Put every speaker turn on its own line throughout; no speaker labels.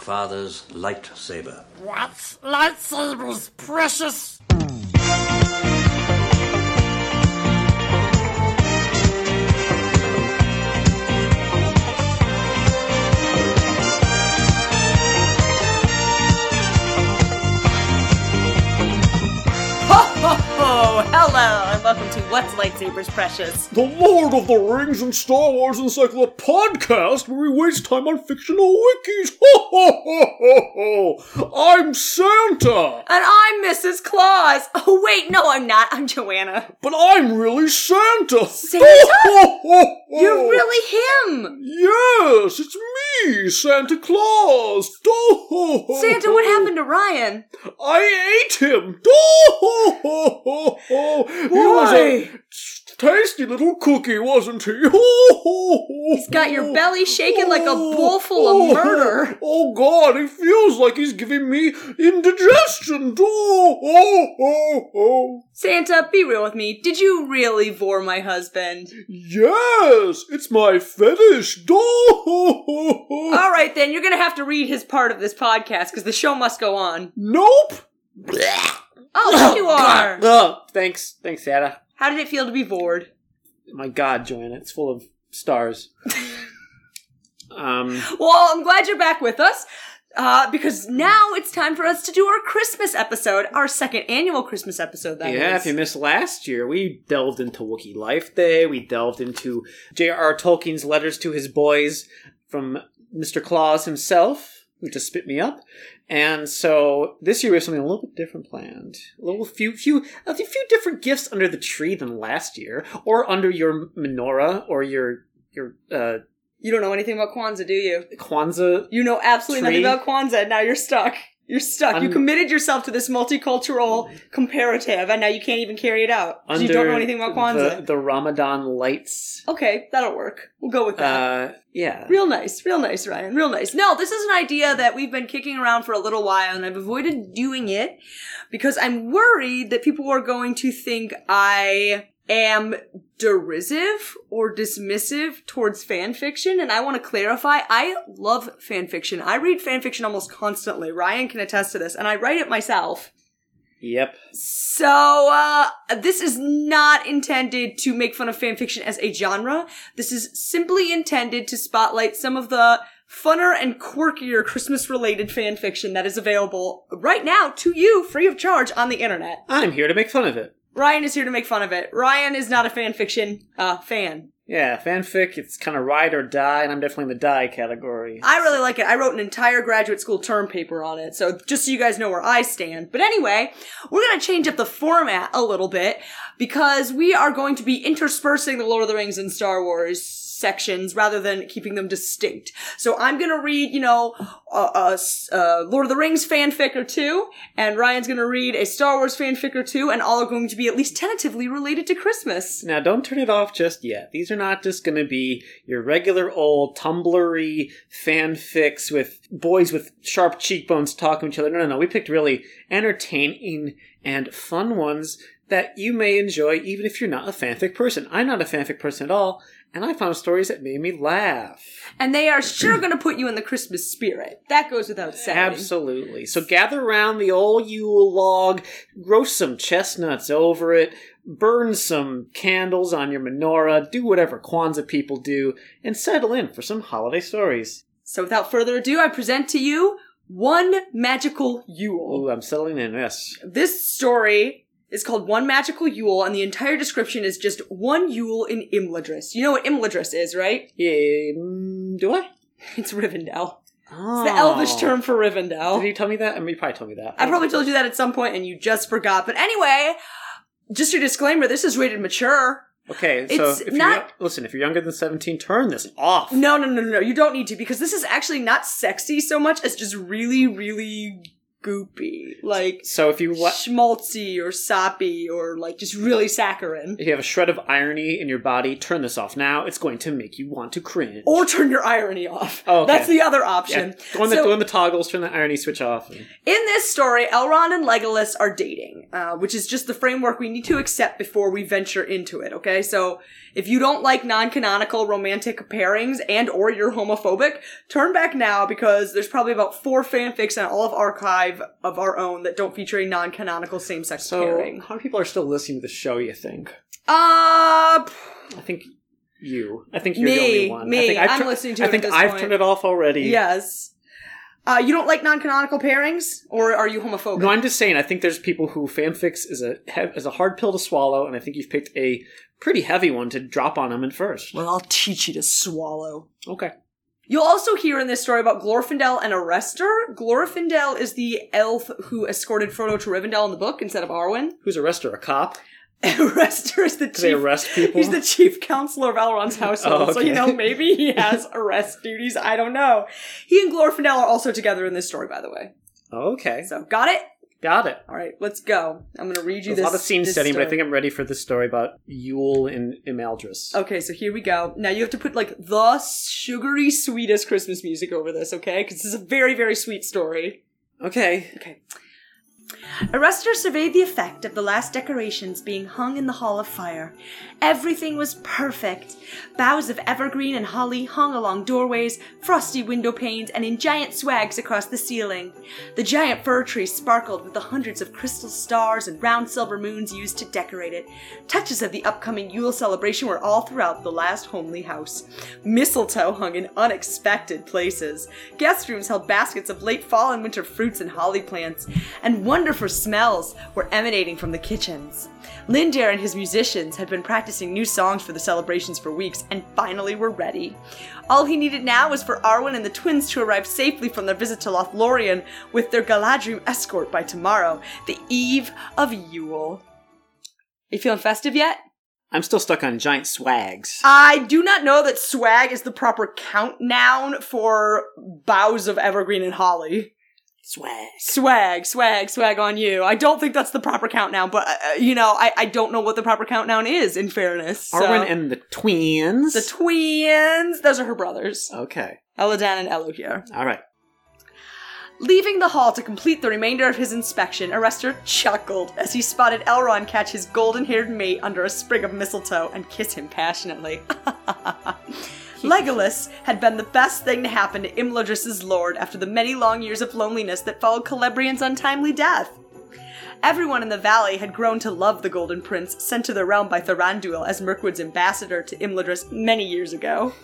father's lightsaber.
What? Lightsabers, precious!
Oh, hello, and welcome to What's Lightsabers Precious.
The Lord of the Rings and Star Wars Encyclopedia podcast, where we waste time on fictional wikis. Ho ho ho ho ho! I'm Santa,
And I'm Mrs. Claus. Oh, wait, no, I'm not. I'm Joanna.
but I'm really Santa.
Santa?
Ho, ho, ho, ho.
Oh.
You're really him!
Yes, it's me, Santa Claus. Do, ho, ho,
Santa,
ho.
what
Oh.
happened to Ryan?
I ate him. Do, ho, ho, ho, ho. He was a tasty little cookie, wasn't he? Ho, ho, ho,
He's got your
Oh.
ho.
belly shaking like a bowl full of murder.
Oh God, he feels like he's giving me indigestion. Oh, oh, oh, oh.
Santa, be real with me. Did you really vor my husband?
Yes, it's my fetish. Oh, oh, oh, oh.
All right, then, you're gonna have to read his part of this podcast because the show must go on.
nope. Ah,
Oh, you are!
Oh, thanks, thanks, Santa.
How did it feel to be bored?
My God, Joanna, it's full of stars. um,
Well, I'm glad you're back with us. Uh, because now it's time for us to do our Christmas episode, our second annual Christmas episode. That
yeah,
is.
if you missed last year, we delved into Wookiee Life Day. We delved into J.R.R. Tolkien's letters to his boys from Mr. Claus himself, who just spit me up. And so this year we have something a little bit different planned. A little few, few, a few different gifts under the tree than last year, or under your menorah, or your your uh,
You don't know anything about Kwanzaa, do you?
Kwanzaa
You know absolutely
Tree.
nothing about Kwanzaa. and Now you're stuck. You're stuck. you
Un-
committed yourself to this multicultural comparative, and now you can't even carry it out. 'cause you don't know anything about Kwanzaa.
The, the Ramadan lights.
okay, that'll work. We'll go with that.
Uh, yeah.
real nice, real nice, Ryan. Real nice. No, this is an idea that we've been kicking around for a little while, and I've avoided doing it because I'm worried that people are going to think I am derisive or dismissive towards fan fiction and I want to clarify I love fan fiction. I read fan fiction almost constantly. Ryan can attest to this and I write it myself.
Yep.
So uh this is not intended to make fun of fan fiction as a genre. This is simply intended to spotlight some of the funner and quirkier Christmas related fan fiction that is available right now to you free of charge on the internet.
I'm here to make fun of it.
Ryan is here to make fun of it. Ryan is not a fan fiction uh, fan.
Yeah, fanfic, it's kind of ride or die, and I'm definitely in the die category.
I really like it. I wrote an entire graduate school term paper on it, so just so you guys know where I stand. But anyway, we're gonna change up the format a little bit because we are going to be interspersing the Lord of the Rings and Star Wars sections rather than keeping them distinct. So I'm gonna read, you know, a, a s- a Lord of the Rings fanfic or two, and Ryan's gonna read a Star Wars fanfic or two, and all are going to be at least tentatively related to Christmas.
Now, don't turn it off just yet. These are not just going to be your regular old Tumblr-y fanfics with boys with sharp cheekbones talking to each other. No, no, no. We picked really entertaining and fun ones that you may enjoy even if you're not a fanfic person. I'm not a fanfic person at all, and I found stories that made me laugh.
And they are sure going to put you in the Christmas spirit. That goes without saying.
Absolutely. So gather around the old Yule log, roast some chestnuts over it, burn some candles on your menorah, do whatever Kwanzaa people do, and settle in for some holiday stories.
So without further ado, I present to you One Magical Yule.
Ooh, I'm settling in, yes.
This story is called One Magical Yule, and the entire description is just one Yule in Imladris. You know what Imladris is, right?
Yeah, mm, do I?
It's Rivendell.
Oh.
It's the elvish term for
Did
Rivendell.
you tell me that? I mean, you probably told me that.
I probably told you that at some point and you just forgot. But anyway, just your disclaimer, this is rated mature.
Okay, so
It's
if
not-
you're, listen, if you're younger than 17, turn this off.
No, no, no, no, no. You don't need to because this is actually not sexy so much as just really, really goopy, like
So if you wa-
schmaltzy or soppy or like just really saccharine.
if you have a shred of irony in your body, turn this off now. It's going to make you want to cringe.
Or turn your irony off.
Oh, okay.
That's the other
yeah,
option.
go on the,
So-
go on the toggles, turn the irony switch off.
In this story, Elrond and Legolas are dating, uh, which is just the framework we need to accept before we venture into it. Okay, so if you don't like non-canonical romantic pairings and/or you're homophobic, turn back now because there's probably about four fanfics on all of archive of our own that don't feature a non-canonical same-sex
So
pairing.
how many people are still listening to the show? You think?
Uh, p-
I think you. I think you're the
Me,
only one. I
me.
think I've
I'm
tur-
listening to
I
it at
think
this
I've
point.
turned it off already.
yes. Uh, you don't like non-canonical pairings, or are you homophobic?
No, I'm just saying. I think there's people who fanfics is a he- is a hard pill to swallow, and I think you've picked a pretty heavy one to drop on them at first.
well, I'll teach you to swallow.
Okay.
You'll also hear in this story about Glorfindel and Arrestor. Glorfindel is the elf who escorted Frodo to Rivendell in the book instead of Arwen.
Who's a wrester? A cop?
Arrestor is the chief.
Do they arrest people?
He's the chief counselor of Elrond's household,
Oh,
so you
okay.
know maybe he has arrest duties. I don't know. He and Glorfindel are also together in this story, by the way.
okay.
So got it.
Got it.
All right, let's go. I'm gonna read you this.
There's a lot of scene
this
setting, but I
story.
think I'm ready for this story about Yule and Imaldris.
Okay, so here we go. Now you have to put like the sugary sweetest Christmas music over this, okay? Because this is a very very sweet story.
Okay.
Oh, Okay. Arrestor surveyed the effect of the last decorations being hung in the Hall of Fire. Everything was perfect. Boughs of evergreen and holly hung along doorways, frosty window panes, and in giant swags across the ceiling. The giant fir tree sparkled with the hundreds of crystal stars and round silver moons used to decorate it. Touches of the upcoming Yule celebration were all throughout the last homely house. Mistletoe hung in unexpected places. Guest rooms held baskets of late fall and winter fruits and holly plants, and wonderful smells were emanating from the kitchens. Lindare and his musicians had been practicing new songs for the celebrations for weeks and finally were ready. All he needed now was for Arwen and the twins to arrive safely from their visit to Lothlorien with their Galadrim escort by tomorrow, the eve of Yule. You feeling festive yet?
I'm still stuck on giant swags.
I do not know that swag is the proper count noun for boughs of evergreen and holly.
swags.
Swag, swag, swag on you. I don't think that's the proper count noun, but uh, you know, I, I don't know what the proper count noun is. In fairness, so-
Arwen and the twins.
the twins. Those are her brothers,
okay.
Eladan and Elo here.
All right.
Leaving the hall to complete the remainder of his inspection, Arrestor chuckled as he spotted Elrond catch his golden haired mate under a sprig of mistletoe and kiss him passionately. Legolas had been the best thing to happen to Imladris's lord after the many long years of loneliness that followed Celebrion's untimely death. Everyone in the valley had grown to love the Golden Prince, sent to their realm by Thranduil as Mirkwood's ambassador to Imladris many years ago.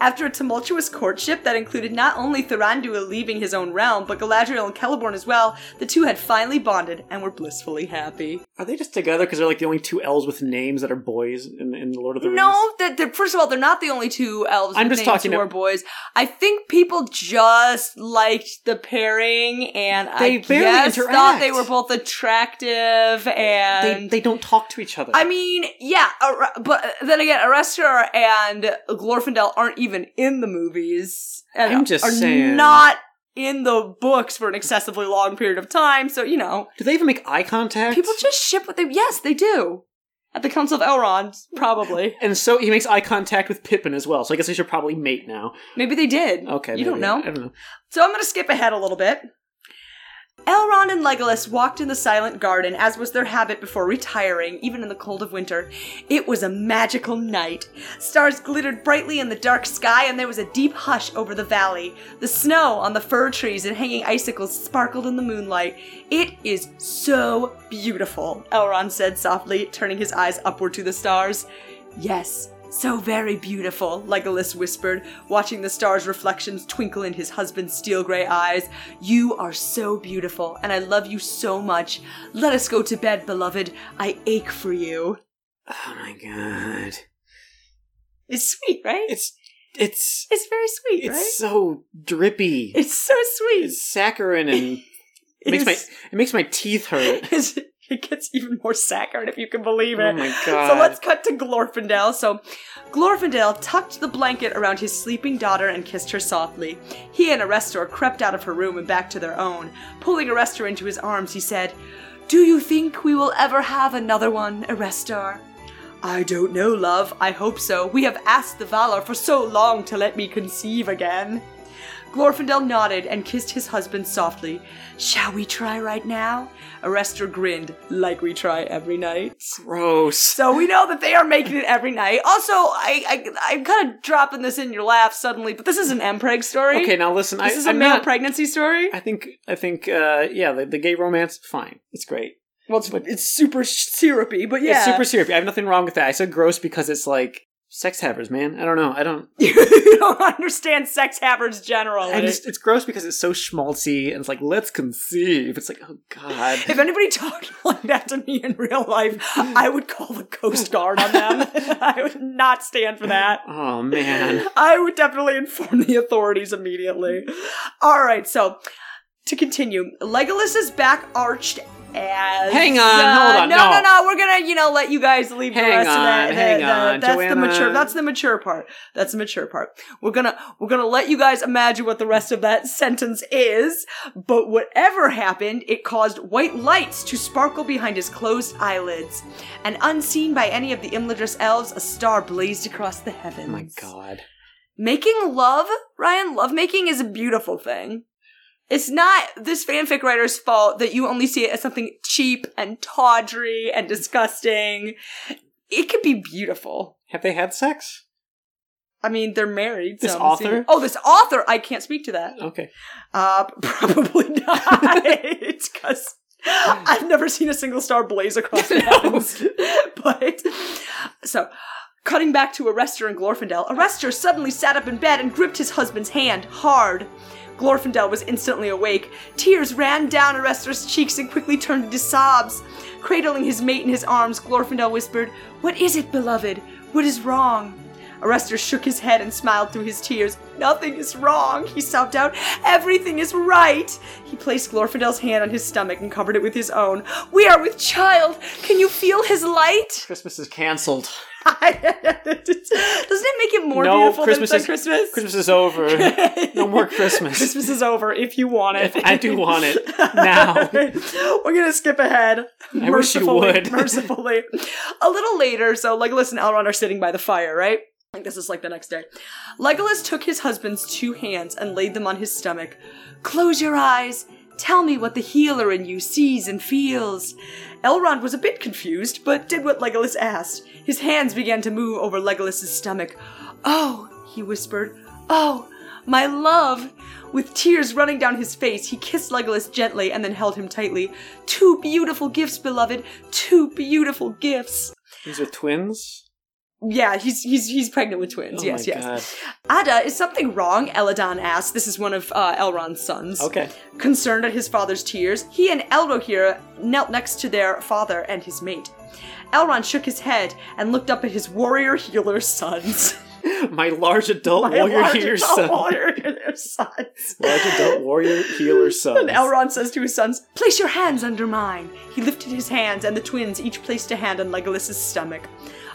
After a tumultuous courtship that included not only Thranduil leaving his own realm, but Galadriel and Celeborn as well, the two had finally bonded and were blissfully happy.
Are they just together because they're like the only two elves with names that are boys in, in Lord of the Rings?
No, that they're, first of all, they're not the only two elves.
I'm
with
just
names
talking
who
to-
are boys. I think people just liked the pairing, and I
They barely
guess thought they
interact.
were both attractive. And
They, they don't talk to each other.
um, I mean, yeah, Ar- but uh, then again, Arrestor and Glorfindel aren't even in the movies. And
I'm just
are
saying.
not in the books for an excessively long period of time. So you know,
do they even make eye contact?
people just ship what they. Yes, they do. At the Council of Elrond, probably.
and so he makes eye contact with Pippin as well. So I guess they should probably mate now.
Maybe they did.
Okay,
you
maybe.
don't know.
I don't know.
So I'm going to skip ahead a little bit. Elrond and Legolas walked in the silent garden, as was their habit before retiring, even in the cold of winter. It was a magical night. Stars glittered brightly in the dark sky, and there was a deep hush over the valley. The snow on the fir trees and hanging icicles sparkled in the moonlight. It is so beautiful, Elrond said softly, turning his eyes upward to the stars. Yes, so very beautiful, Legolas whispered, watching the stars' reflections twinkle in his husband's steel gray eyes. You are so beautiful, and I love you so much. Let us go to bed, beloved. I ache for you.
Oh my god.
It's sweet, right?
It's it's
It's very sweet,
it's
right?
so drippy.
It's so sweet.
It's saccharine and it makes my
It's-
it makes my teeth hurt.
It's- It gets even more saccharine if you can believe it.
Oh my
So
God.
let's cut to Glorfindel. So Glorfindel tucked the blanket around his sleeping daughter and kissed her softly. He and Arrestor crept out of her room and back to their own. Pulling Arrestor into his arms, he said, Do you think we will ever have another one, Arrestor? I don't know, love. I hope so. We have asked the Valar for so long to let me conceive again. Glorfindel nodded and kissed his husband softly. Shall we try right now? Arrestor grinned, like we try every night.
Gross.
So we know that they are making it every night. Also, I, I I'm kind of dropping this in your laugh suddenly, but this is an mpreg story.
Okay, now listen.
this
I,
is a
I'm
male
not,
pregnancy story.
I think I think uh, yeah, the, the gay romance, fine, it's great.
well, it's, it's super syrupy, but yeah,
It's super syrupy. I have nothing wrong with that. I said gross because it's like sex havers, man. I don't know. I don't.
you don't understand sex havers generally.
I just, it's gross because it's so schmaltzy and it's like let's conceive. It's like oh god.
if anybody talked like that to me in real life, I would call the Coast Guard on them. I would not stand for that.
Oh man.
I would definitely inform the authorities immediately. All right, so to continue, Legolas's back arched as.
Hang on, hold on,
No,
no.
no, no. We're gonna, you know, let you guys leave the
Hang
rest
on,
of that. the-
hang
the-
on,
that's the mature.
Joanna.
That's the mature part. That's the mature part. We're gonna, we're gonna let you guys imagine what the rest of that sentence is. But whatever happened, it caused white lights to sparkle behind his closed eyelids, and unseen by any of the Imladris elves, a star blazed across the heavens.
Oh my god.
Making love, Ryan, lovemaking is a beautiful thing. It's not this fanfic writer's fault that you only see it as something cheap and tawdry and disgusting. It could be beautiful.
Have they had sex?
I mean, they're married.
This
so I'm
author?
assuming- Oh, this author. I can't speak to that.
Okay.
Uh, probably not. Because I've never seen a single star blaze across the heavens. but so, cutting back to Arrestor and Glorfindel, Arrestor suddenly sat up in bed and gripped his husband's hand hard. Glorfindel was instantly awake. Tears ran down Arrestor's cheeks and quickly turned into sobs. Cradling his mate in his arms, Glorfindel whispered, "What is it, beloved? What is wrong?" Arrestor shook his head and smiled through his tears. Nothing is wrong, he sobbed out. Everything is right. He placed Glorfindel's hand on his stomach and covered it with his own. We are with child. Can you feel his light?
Christmas is canceled.
Doesn't it make it more
No,
beautiful
Christmas
than
is-
Christmas?
Christmas is over. no more Christmas.
Christmas is over if you want it.
I do want it now.
We're gonna skip ahead.
I wish you
mercifully-
would.
mercifully. A little later, so Legolas and Elrond are sitting by the fire, right? I think this is like the next day. Legolas took his husband's two hands and laid them on his stomach. Close your eyes. Tell me what the healer in you sees and feels. Elrond was a bit confused, but did what Legolas asked. His hands began to move over Legolas's stomach. Oh, he whispered. Oh, my love! With tears running down his face, he kissed Legolas gently and then held him tightly. Two beautiful gifts, beloved. Two beautiful gifts.
These are twins.
Yeah, he's he's he's pregnant with twins.
Oh
yes,
my
yes.
god.
Ada, is something wrong? Eladon asked. This is one of uh, Elrond's sons.
Okay.
Concerned at his father's tears, he and Elrohir knelt next to their father and his mate. Elrond shook his head and looked up at his warrior healer sons.
My large adult warrior
Large
healer
adult
son.
warrior healer sons.
Large adult warrior healer son.
And Elrond says to his sons, Place your hands under mine. He lifted his hands, and the twins each placed a hand on Legolas's stomach.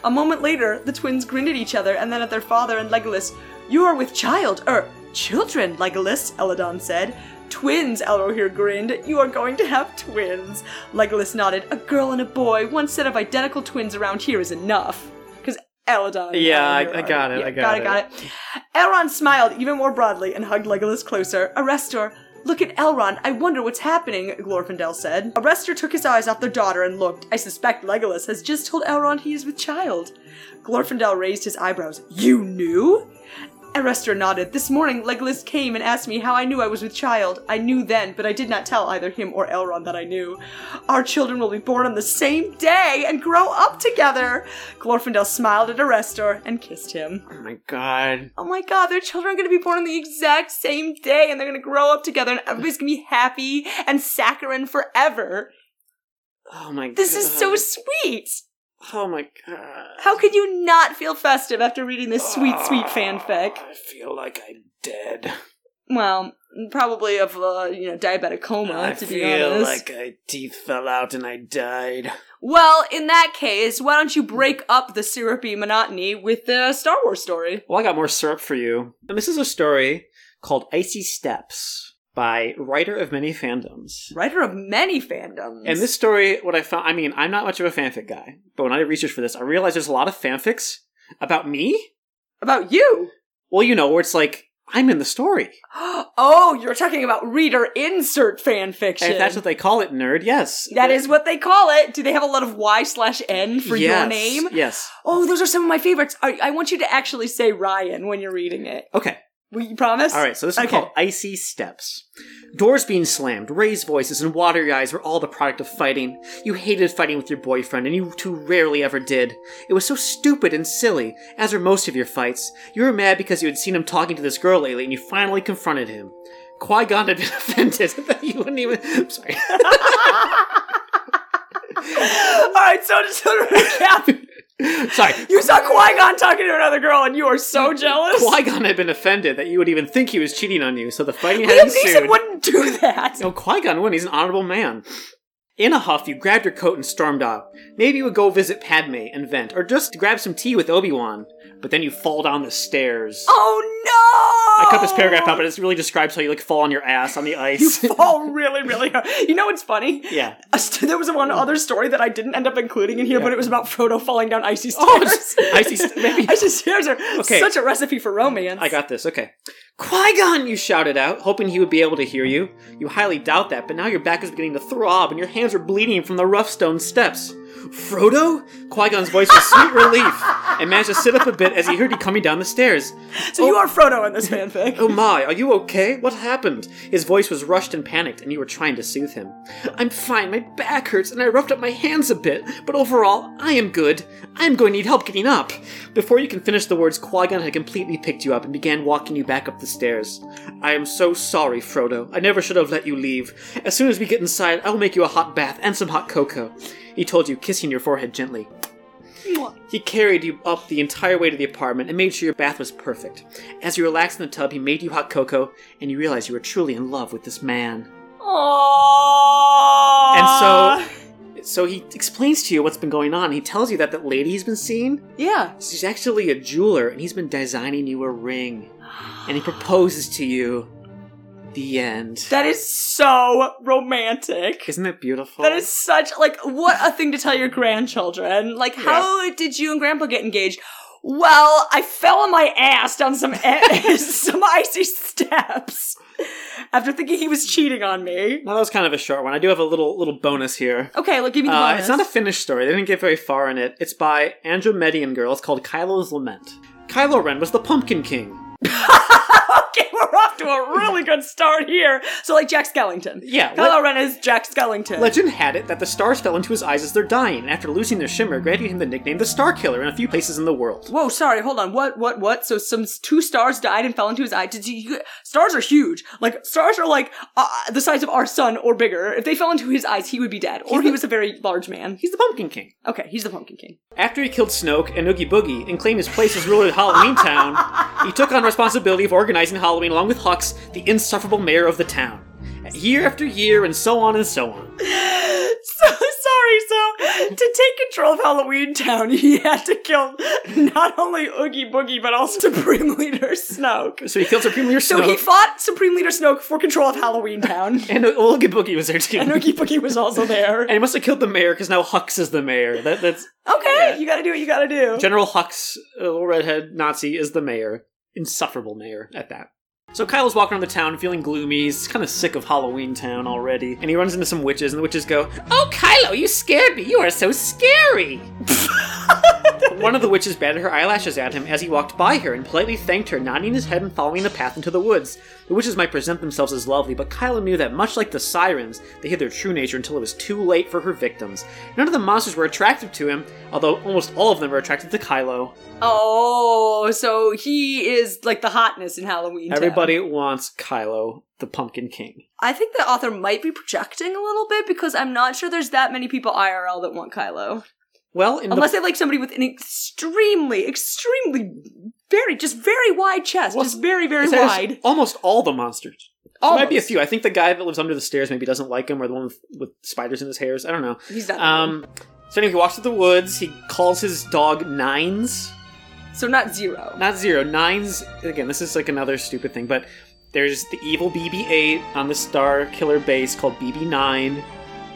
A moment later, the twins grinned at each other and then at their father and Legolas. You are with child, er, children, Legolas, Eladon said. Twins, Elrohir grinned. You are going to have twins. Legolas nodded. A girl and a boy, one set of identical twins around here is enough. Because Eladon.
Yeah, I-
Elrohir
I
are-
got it, I got
got it.
it.
Got it. Elrond smiled even more broadly and hugged Legolas closer. Arrestor, look at Elrond. I wonder what's happening, Glorfindel said. Arrestor took his eyes off their daughter and looked. I suspect Legolas has just told Elrond he is with child. Glorfindel raised his eyebrows. You knew? Arrestor nodded. This morning, Legolas came and asked me how I knew I was with child. I knew then, but I did not tell either him or Elrond that I knew. Our children will be born on the same day and grow up together. Glorfindel smiled at Arrestor and kissed him
oh my god.
oh my god, their children are gonna be born on the exact same day and they're gonna grow up together and everybody's gonna be happy and saccharine forever.
Oh my god.
This is so sweet.
Oh my god.
How could you not feel festive after reading this sweet, sweet fanfic?
I feel like I'm dead.
Well, probably of uh, you know diabetic coma.
I
to be
feel
honest.
like my teeth fell out and I died.
Well, in that case, why don't you break up the syrupy monotony with the Star Wars story?
Well, I got more syrup for you. And this is a story called Icy Steps by writer of many fandoms.
Writer of many fandoms.
And this story, what I found, I mean, I'm not much of a fanfic guy, but when I did research for this, I realized there's a lot of fanfics about me.
about you.
Well, you know, where it's like, I'm in the story.
Oh, you're talking about reader insert fan fiction.
And if that's what they call it, nerd, yes.
that is what they call it. Do they have a lot of Y slash N for your
Yes,
name?
Yes.
Oh, those are some of my favorites. I, I want you to actually say Ryan when you're reading it.
Okay.
Will you promise?
All right, so this is
Okay.
called Icy Steps. Doors being slammed, raised voices, and watery eyes were all the product of fighting. You hated fighting with your boyfriend, and you two rarely ever did. It was so stupid and silly, as were most of your fights. You were mad because you had seen him talking to this girl lately, and you finally confronted him. Qui Gon had been offended that you wouldn't even. I'm sorry.
All right, so just to recap,
sorry.
you saw Qui Gon talking to another girl, and you are
Mm,
so jealous.
Qui Gon had been offended that you would even think he was cheating on you, so the fighting had
Liam Neeson
ensued.
wouldn't do that.
No, Qui Gon wouldn't. He's an honorable man. In a huff, you grabbed your coat and stormed off. Maybe you would go visit Padme and vent, or just grab some tea with Obi Wan. But then you fall down the stairs.
Oh no!
I cut this paragraph out, but it really describes how you like fall on your ass on the
you
ice.
fall Oh, really, really hard. You know what's funny?
yeah.
A st- There was one other story that I didn't end up including in here, but it was about Frodo falling down icy stairs.
Oh, it's- icy st- maybe-
icy stairs are
Okay.
such a recipe for romance.
I got this. Okay. Qui Gon, you shouted out, hoping he would be able to hear you. You highly doubt that, but now your back is beginning to throb and your hands are bleeding from the rough stone steps. Frodo? Qui Gon's voice was sweet relief and managed to sit up a bit as he heard you coming down the stairs.
So you are Frodo in this fanfic.
Oh my, are you okay? What happened? His voice was rushed and panicked, and you were trying to soothe him. I'm fine, my back hurts, and I roughed up my hands a bit, but overall, I am good. I am going to need help getting up. Before you can finish the words, Qui Gon had completely picked you up and began walking you back up the stairs. I am so sorry, Frodo. I never should have let you leave. As soon as we get inside, I will make you a hot bath and some hot cocoa. He told you, kissing your forehead gently. He carried you up the entire way to the apartment and made sure your bath was perfect. As you relaxed in the tub, he made you hot cocoa, and you realized you were truly in love with this man.
Aww.
And so, so he explains to you what's been going on. He tells you that that lady he's been seeing,
yeah.
she's actually a jeweler, and he's been designing you a ring, and he proposes to you. The end.
That is so romantic.
Isn't it beautiful?
That is such like what a thing to tell your grandchildren. Like, how did you and Grandpa get engaged? Well, I fell on my ass down some some icy steps after thinking he was cheating on me.
Now that was kind of a short one. I do have a little little bonus here.
Okay, look, give me the
Uh,
bonus.
it's not a finished story. They didn't get very far in it. It's by Andrew Median Girl. It's called Kylo's Lament. Kylo Ren was the Pumpkin King.
okay, we're off to a really good start here. So, like Jack Skellington.
Yeah,
Kylo Ren is Jack Skellington.
Legend had it that the stars fell into his eyes as they're dying, and after losing their shimmer, granted him the nickname the Star Killer in a few places in the world.
Whoa, sorry, hold on. What, what, what? So some s- two stars died and fell into his eye. Did you, stars are huge. Like, stars are like uh, the size of our sun or bigger. If they fell into his eyes, he would be dead. Or he was a very large man.
He's the Pumpkin King.
Okay, he's the Pumpkin King.
After he killed Snoke and Oogie Boogie and claimed his place as ruler of Halloween Town, he took on responsibility of organizing Halloween along with Hux, the insufferable mayor of the town. Year after year, and so on and so on.
So sorry, so to take control of Halloween Town, he had to kill not only Oogie Boogie, but also Supreme Leader Snoke.
So he killed Supreme Leader
So
Snoke,
he fought Supreme Leader Snoke for control of Halloween Town.
and O- Oogie Boogie was there too.
and Oogie Boogie was also there.
And he must have killed the mayor because now Hux is the mayor. That, that's
Okay, you gotta do what you gotta do.
General Hux, a little redhead Nazi, is the mayor. Insufferable mayor at that. So Kyle's walking around the town feeling gloomy. He's kind of sick of Halloween town already. And he runs into some witches, and the witches go, Oh, Kylo, you scared me. You are so scary. One of the witches batted her eyelashes at him as he walked by her and politely thanked her, nodding his head and following the path into the woods. The witches might present themselves as lovely, but Kylo knew that, much like the sirens, they hid their true nature until it was too late for her victims. None of the monsters were attractive to him, although almost all of them were attracted to Kylo.
Oh, so he is like the hotness in Halloween. Town.
Everybody wants Kylo, the Pumpkin King.
I think the author might be projecting a little bit because I'm not sure there's that many people IRL that want Kylo,
Well, in
unless
the,
they like somebody with an extremely, extremely very, just very wide chest,
Well,
just very, very
It says
wide.
Almost all the monsters. There
Almost.
might be a few. I think the guy that lives under the stairs maybe doesn't like him, or the one with, with spiders in his hairs. I don't know.
He's not.
Um, so anyway, he walks through the woods. He calls his dog Nines.
so not zero.
Not zero. Nines. Again, this is like another stupid thing, but there's the evil BB 8 on the Star Killer base called BB 9.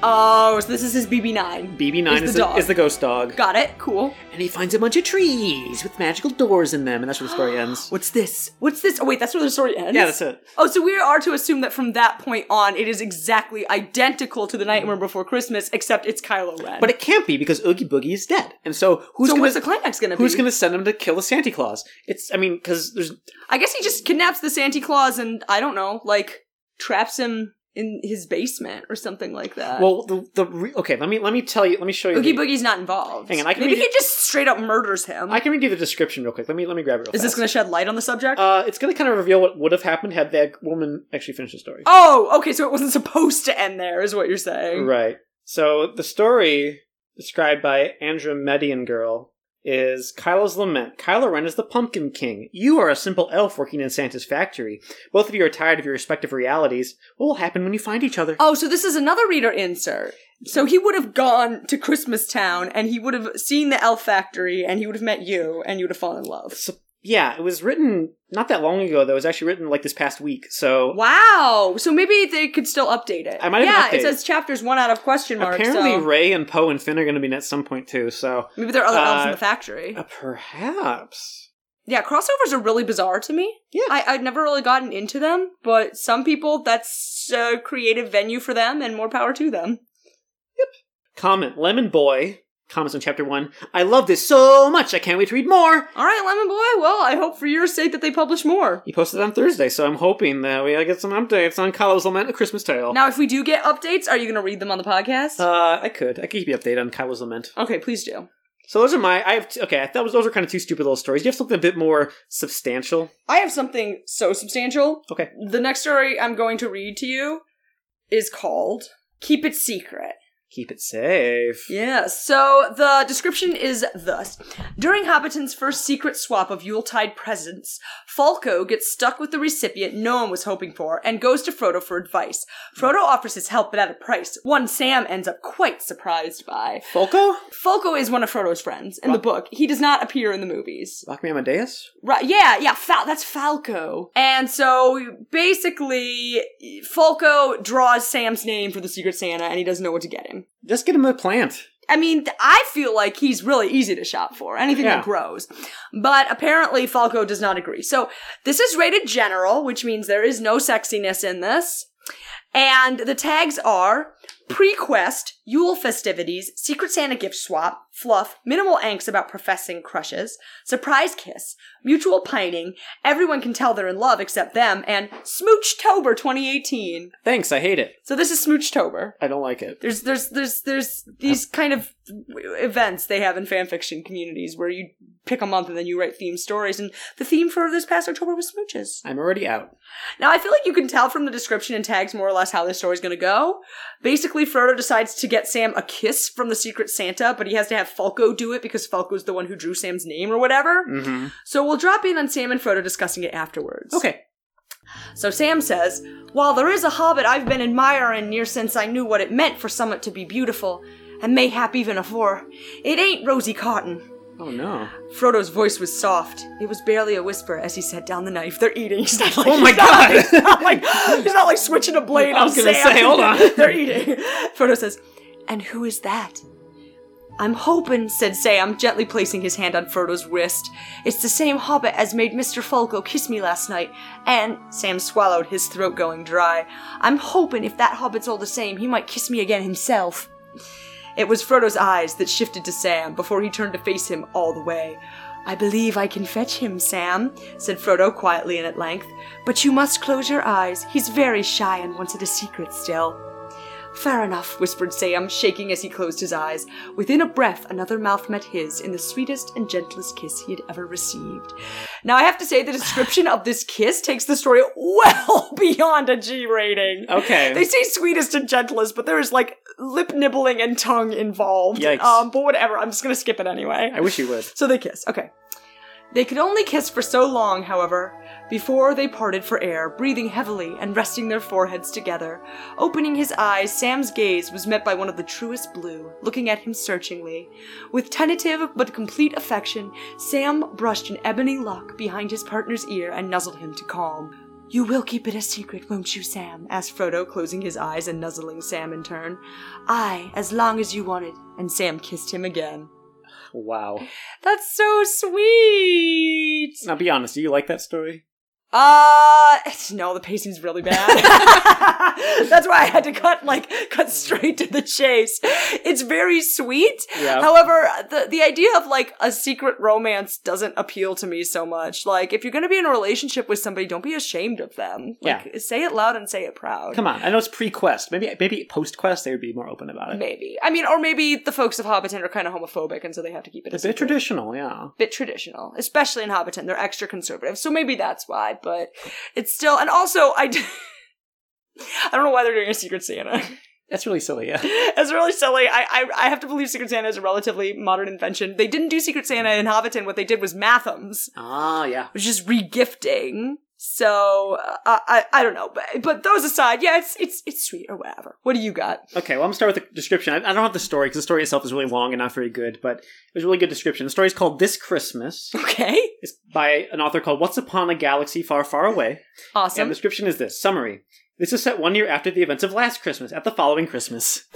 oh, so this is his BB9.
BB 9
Is the
is, the,
dog.
is the ghost dog.
Got it. Cool.
And he finds a bunch of trees with magical doors in them, and that's where the story ends.
What's this? What's this? Oh, wait, that's where the story ends.
yeah, that's it.
Oh, so we are to assume that from that point on, it is exactly identical to the Nightmare Before Christmas, except it's Kylo Ren.
But it can't be because Oogie Boogie is dead. And so who's
so
gonna
what's the climax going to be?
who's gonna send him to kill the Santa Claus? It's I mean because there's
I guess he just kidnaps the Santa Claus and I don't know, like traps him in his basement or something like that.
well the the re- okay let me let me tell you let me show you
Oogie
the-
Boogie's not involved.
Hang on, I can
Maybe
read
he just straight up murders him.
I can read you the description real quick let me let me grab it real
is this
fast.
going to shed light on the subject?
uh it's gonna kind of reveal what would have happened had that woman actually finished the story
oh, okay. So it wasn't supposed to end there, is what you're saying.
right so the story described by Andrew Median girl is Kylo's lament. Kylo Ren is the Pumpkin King. You are a simple elf working in Santa's factory. Both of you are tired of your respective realities. What will happen when you find each other?
Oh, so this is another reader insert. So he would have gone to Christmas Town and he would have seen the elf factory and he would have met you and you would have fallen in love.
So, yeah, it was written not that long ago though. It was actually written like this past week. So
Wow. So maybe they could still update it.
I might have an
yeah,
update.
it says chapters one out of question mark.
apparently
so
Ray and Poe and Finn are going to be in at some point too. So
maybe there are other elves in
uh,
the factory.
uh, perhaps
Yeah, crossovers are really bizarre to me.
Yeah.
I, I'd never really gotten into them, but some people, that's a creative venue for them and more power to them.
comment Lemon Boy comments on chapter one. I love this so much. I can't wait to read more.
All right, Lemon Boy, well, I hope for your sake that they publish more.
He posted on Thursday, so I'm hoping that we get some updates on Kylo's Lament, A Christmas Tale.
Now, if we do get updates, are you going to read them on the podcast?
uh, I could. I could keep you updated on Kylo's Lament.
okay, please do.
So those are my. I have. T- okay, I thought was, those were kind of two stupid little stories. Do you have something a bit more substantial?
I have something so substantial.
Okay.
The next story I'm going to read to you is called Keep It Secret.
Keep it safe.
Yeah, so the description is thus. During Hobbiton's first secret swap of Yuletide presents, Falco gets stuck with the recipient no one was hoping for and goes to Frodo for advice. Frodo offers his help but at a price, one Sam ends up quite surprised by.
Folko?
Falco is one of Frodo's friends in the book. He does not appear in the movies.
Lock me Amadeus?
Right, yeah, yeah, Fal- that's Falco. And so basically, Falco draws Sam's name for the Secret Santa and he doesn't know what to get him.
Just get him a plant.
I mean, th- I feel like he's really easy to shop for. Anything
Yeah.
that grows. But apparently Falco does not agree. So this is rated general, which means there is no sexiness in this. And the tags are pre-quest, Yule festivities, Secret Santa gift swap, fluff, minimal angst about professing crushes, surprise kiss, mutual pining, everyone can tell they're in love except them, and Smoochtober 2018.
Thanks, I hate it.
So this is Smoochtober.
I don't like it.
There's there's there's there's these kind of w- events they have in fanfiction communities where you pick a month and then you write theme stories and the theme for this past October was smooches.
I'm already out.
Now I feel like you can tell from the description and tags more or less how this story's going to go. Basically Frodo decides to get Sam a kiss from the secret Santa, but he has to have Falco do it because Falco's the one who drew Sam's name or whatever.
Mm-hmm.
So we'll drop in on Sam and Frodo discussing it afterwards.
Okay.
So Sam says, While there is a hobbit I've been admiring near since I knew what it meant for someone to be beautiful, and mayhap even afore, it ain't Rosie Cotton.
Oh no.
Frodo's voice was soft. It was barely a whisper as he set down the knife. They're eating. He's not like,
Oh my
he's not-
God.
he's not like he's not like switching a blade.
I was
on
gonna
Sam.
say, hold on.
They're eating. Frodo says, "And who is that?" I'm hoping," said Sam, gently placing his hand on Frodo's wrist. "It's the same hobbit as made Mister Folko kiss me last night." And Sam swallowed, his throat going dry. "I'm hoping if that hobbit's all the same, he might kiss me again himself." It was Frodo's eyes that shifted to Sam before he turned to face him all the way. I believe I can fetch him, Sam, said Frodo quietly and at length. But you must close your eyes. He's very shy and wants it a secret still. Fair enough, whispered Sam, shaking as he closed his eyes. Within a breath, another mouth met his in the sweetest and gentlest kiss he had ever received. Now, I have to say, the description of this kiss takes the story well beyond a G rating.
Okay.
They say sweetest and gentlest, but there is like lip nibbling and tongue involved.
Yikes.
Um, but whatever, I'm just gonna skip it anyway.
I wish you would.
So they kiss. Okay. They could only kiss for so long, however, before they parted for air, breathing heavily and resting their foreheads together. Opening his eyes, Sam's gaze was met by one of the truest blue, looking at him searchingly. With tentative but complete affection, Sam brushed an ebony lock behind his partner's ear and nuzzled him to calm. You will keep it a secret, won't you, Sam? asked Frodo, closing his eyes and nuzzling Sam in turn. Aye, as long as you want it. And Sam kissed him again.
Wow.
That's so sweet.
Now, be honest. Do you like that story?
Uh no, the pacing's really bad. That's why I had to cut like cut straight to the chase. It's very sweet.
Yeah.
However, the the idea of like a secret romance doesn't appeal to me so much. Like if you're going to be in a relationship with somebody, don't be ashamed of them. Like say it loud and say it proud.
Come on. I know it's pre-quest. Maybe maybe post-quest they would be more open about it.
Maybe. I mean, or maybe the folks of Hobbiton are kind of homophobic and so they have to keep it a
It's a bit
secret.
traditional, yeah.
bit traditional, especially in Hobbiton. They're extra conservative, so maybe that's why. But it's still, and also I, d- I don't know why they're doing a Secret Santa.
That's really silly, yeah.
It's really silly. I, I I have to believe Secret Santa is a relatively modern invention. They didn't do Secret Santa in Hobbiton. What they did was Mathams,
Ah, yeah.
which is regifting. So uh, I I don't know, but but those aside, yeah, it's it's it's sweet or whatever. What do you got?
Okay, well, I'm gonna start with the description. I, I don't have the story because the story itself is really long and not very good, but it was a really good description. The story is called This Christmas.
Okay,
It's by an author called What's Upon a Galaxy Far, Far Away. And
awesome.
the description is this summary. This is set one year after the events of last Christmas, at the following Christmas.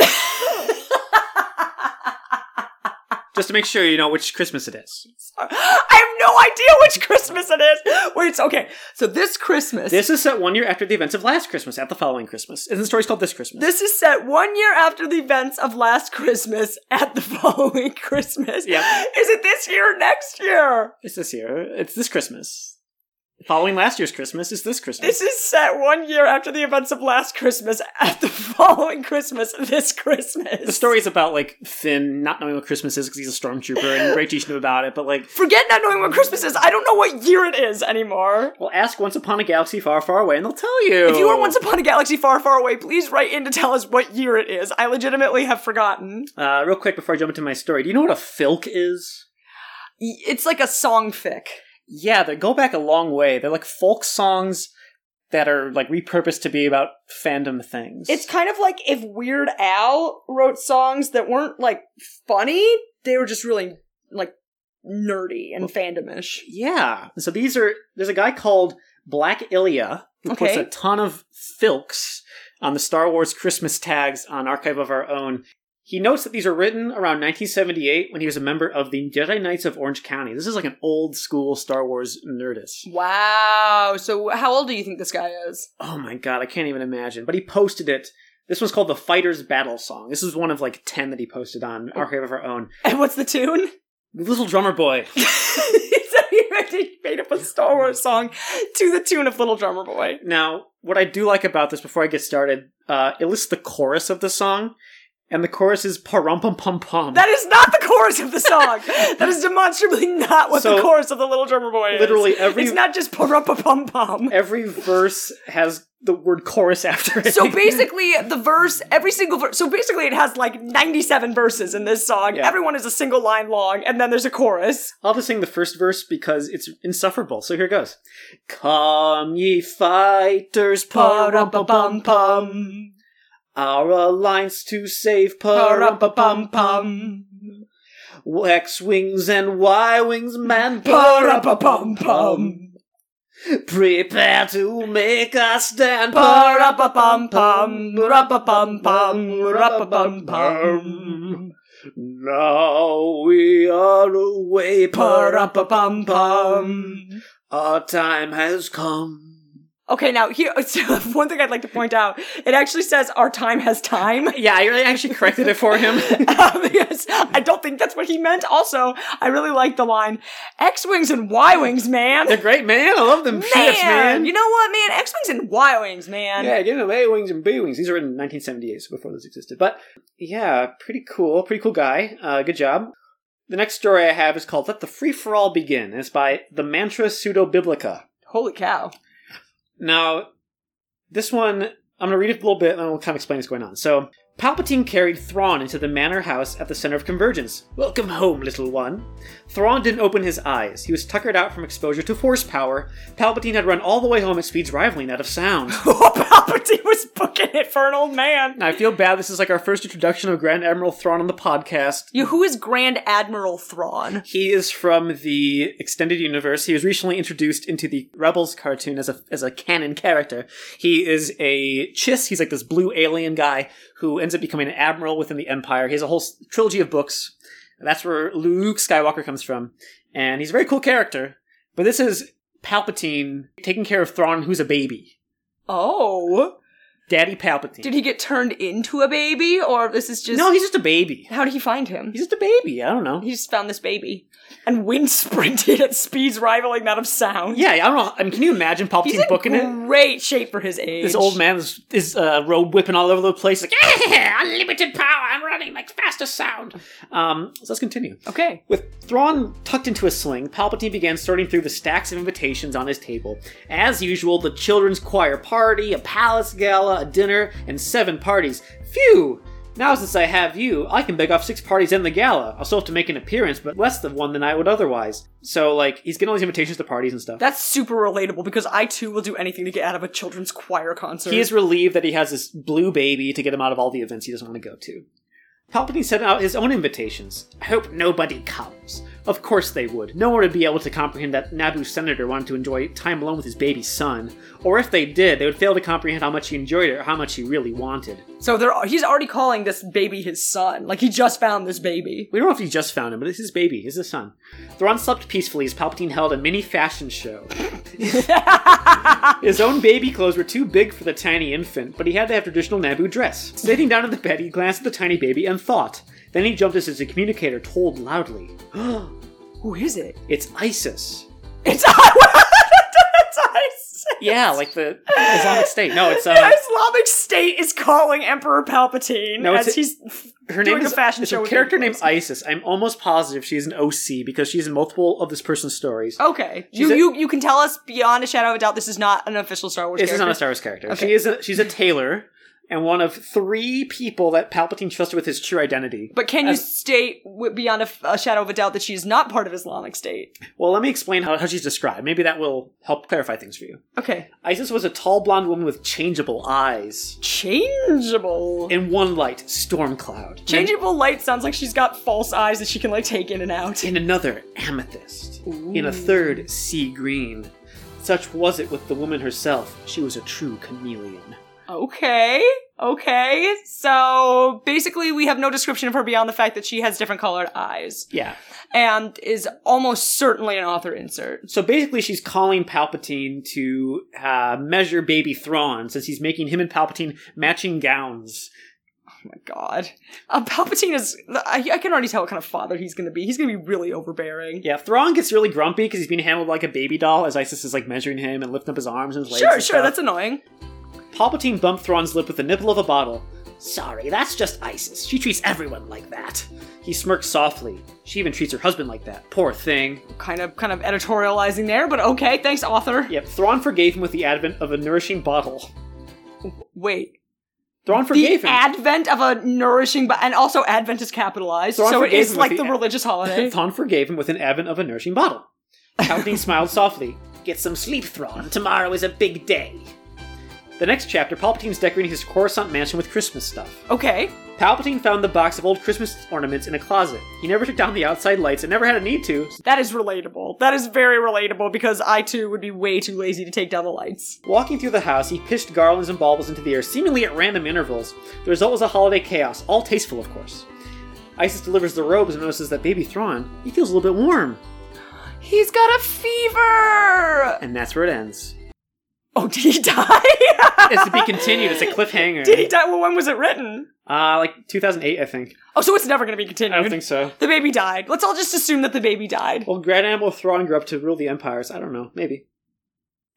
Just to make sure you know which Christmas it is.
I have no idea which Christmas it is. Wait, so- okay. So this Christmas,
This is set one year after the events of last Christmas, at the following Christmas. And the story's called This Christmas.
This is set one year after the events of last Christmas at the following Christmas.
Yep.
Is it this year or next year?
It's this year. It's this Christmas. Following last year's Christmas is this Christmas.
This is set one year after the events of last Christmas at the following Christmas this Christmas.
the story is about like Finn not knowing what Christmas is because he's a stormtrooper, and Ray teaching him about it. But like,
Forget not knowing what Christmas is. I don't know what year it is anymore.
well, ask once upon a galaxy far, far away, and they'll tell you.
If you were once upon a galaxy far, far away, please write in to tell us what year it is. I legitimately have forgotten.
uh, real quick before I jump into my story, do you know what a filk is?
Y- It's like a song fic.
Yeah, they go back a long way. They're like folk songs that are like repurposed to be about fandom things.
It's kind of like if Weird Al wrote songs that weren't like funny, they were just really like nerdy and fandomish.
yeah. So these are there's a guy called Black Ilya who puts
Okay.
a ton of filks on the Star Wars Christmas tags on Archive of Our Own. He notes that these are written around 1978 when he was a member of the Jedi Knights of Orange County. This is like an old school Star Wars nerdist.
Wow. So how old do you think this guy is?
oh my god, I can't even imagine. But he posted it. This one's called the Fighter's Battle Song. This is one of like ten that he posted on Archive of Our Own.
And what's the tune?
Little Drummer Boy.
so he already made up a Star Wars song to the tune of Little Drummer Boy.
Now, what I do like about this before I get started, uh, it lists the chorus of the song, and the chorus is parum pum pum pum.
That is not the chorus of the song. that is demonstrably not what the
So,
chorus of the Little Drummer Boy is.
literally every-
It's not just pa pum pum.
Every verse has the word chorus after it.
So basically, the verse, every single verse. So basically, it has like 97 verses in this song.
Yeah.
Everyone is a single line long, and then there's a chorus.
I'll just sing the first verse because it's insufferable. So here goes. Come ye fighters, parum pum pum pum. Our alliance to save parum pum pum pum. X wings and Y wings, man.
Pa-ra-pa-pum-pum.
Prepare to make us stand.
Pa-ra-pa-pum-pum. Ra-pa-pum-pum. Ra-pa-pum-pum.
Now we are away.
Pa-ra-pa-pum-pum.
Our time has come.
Okay, now here, so one thing I'd like to point out, it actually says our time has time.
Yeah, I really actually corrected it for him.
Um, yes, I don't think that's what he meant. Also, I really like the line, X wings and Y wings, man.
They're great, man. I love them man,
man,
man.
you know what, man? X wings and Y wings, man.
yeah, give them A wings and B wings. These are in 1978, so before those existed. But yeah, pretty cool. Pretty cool guy. Uh, good job. The next story I have is called "Let the Free for All Begin." It's by the Mantra Pseudo Biblica.
Holy cow!
Now, this one I'm going to read it a little bit, and then we'll kind of explain what's going on. So. Palpatine carried Thrawn into the manor house at the center of convergence. Welcome home, little one. Thrawn didn't open his eyes. He was tuckered out from exposure to force power. Palpatine had run all the way home at speeds rivaling that of sound.
Oh, Palpatine was booking it for an old man.
I feel bad. This is like our first introduction of Grand Admiral Thrawn on the podcast.
Yeah, who is Grand Admiral Thrawn?
He is from the extended universe. He was recently introduced into the Rebels cartoon as a as a canon character. He is a Chiss. He's like this blue alien guy who ends up becoming an admiral within the Empire. He has a whole s- trilogy of books. That's where Luke Skywalker comes from, and he's a very cool character. But this is Palpatine taking care of Thrawn, who's a baby,
Oh.
Daddy Palpatine.
Did he get turned into a baby, or this is just.
no, he's just a baby.
How did he find him?
He's just a baby. I don't know.
He just found this baby. And wind sprinted at speeds rivaling that of sound.
Yeah, I don't know. I mean, can you imagine
He's
Palpatine
in
booking it?
great shape for his age.
This old man is, is uh, robe whipping all over the place, like yeah, unlimited power. I'm running like fastest sound. Um, so let's continue.
Okay.
With Thrawn tucked into a sling, Palpatine began sorting through the stacks of invitations on his table. As usual, the children's choir party, a palace gala, a dinner, and seven parties. Phew! Now since I have you, I can beg off six parties and the gala. I'll still have to make an appearance, but less than one than I would otherwise. So like, he's getting all these invitations to parties and stuff.
That's super relatable because I too will do anything to get out of a children's choir concert.
He is relieved that he has this blue baby to get him out of all the events he doesn't want to go to. Palpatine sent out his own invitations. I hope nobody comes. Of course they would. No one would be able to comprehend that Naboo Senator wanted to enjoy time alone with his baby son. Or if they did, they would fail to comprehend how much he enjoyed it or how much he really wanted.
so there, he's already calling this baby his son. Like he just found this baby.
We don't know if he just found him, but it's his baby, it's his son. Thrawn slept peacefully as Palpatine held a mini fashion show. his own baby clothes were too big for the tiny infant, but he had to have traditional Naboo dress. Sitting down on the bed, he glanced at the tiny baby and thought. Then he jumped as his communicator told loudly,
Who is it?
It's ISIS.
It's it's ISIS.
Yeah, like the Islamic State. No, it's uh,
The Islamic State is calling Emperor Palpatine
No, it's
as
a-
he's
her
doing
name
a
is
fashion
it's
show
A
with
character
baby
named Isis. I'm almost positive she's an OC because she's in multiple of this person's stories.
okay. You
a-
you you can tell us beyond a shadow of a doubt this is not an official Star Wars.
This is
character.
not a Star Wars character.
Okay.
She is a, she's a tailor and one of three people that Palpatine trusted with his true identity.
But can you
As-
state w- beyond a, f- a shadow of a doubt that she is not part of Islamic State?
Well, let me explain how, how she's described. Maybe that will help clarify things for you.
Okay.
Isis was a tall blonde woman with changeable eyes.
Changeable.
In one light, storm cloud.
Changeable light sounds like she's got false eyes that she can like take in and out.
In another, amethyst. In a third, sea green. Such was it with the woman herself. She was a true chameleon.
Okay. Okay. So basically we have no description of her beyond the fact that she has different colored eyes
Yeah.
and is almost certainly an author insert.
So basically, she's calling Palpatine to uh, measure baby Thrawn, since he's making him and Palpatine matching gowns.
Oh my god. Uh, Palpatine is I, I can already tell what kind of father he's going to be. He's going to be really overbearing.
Yeah, Thrawn gets really grumpy because he's being handled like a baby doll as Isis is like measuring him and lifting up his arms and his legs.
Sure,
and
sure,
stuff.
that's annoying.
Palpatine bumped Thrawn's lip with the nipple of a bottle. Sorry, that's just Isis. She treats everyone like that. He smirks softly. She even treats her husband like that. Poor thing.
Kind of kind of editorializing there, but okay, thanks author.
Yep, Thrawn forgave him with the advent of a nourishing bottle.
Wait.
Thrawn
the
forgave him.
advent of a nourishing but and also advent is capitalized
So I
so it
forgave
is
him
like
with
the
the-
religious holiday
Thon forgave him with an advent of a nourishing bottle. Palpatine smiled softly. Get some sleep, Thrawn. Tomorrow is a big day. The next chapter, Palpatine's decorating his Coruscant mansion with Christmas stuff.
okay
Palpatine found the box of old Christmas ornaments in a closet. He never took down the outside lights and never had a need to.
that is relatable that is very relatable because i too would be way too lazy to take down the lights
Walking through the house, he pitched garlands and baubles into the air, seemingly at random intervals. The result was a holiday chaos, all tasteful, of course. Isis delivers the robes and notices that baby Thrawn, he feels a little bit warm.
he's got a fever
And that's where it ends.
oh did he die
It's to be continued, it's a cliffhanger.
did he die well when was it written
Uh, like 2008, I think.
oh so it's never going to be
I
continued
don't think so.
the baby died let's all just assume that the baby died
Well, Grand Admiral Thrawn grew up to rule the empires. I don't know. Maybe.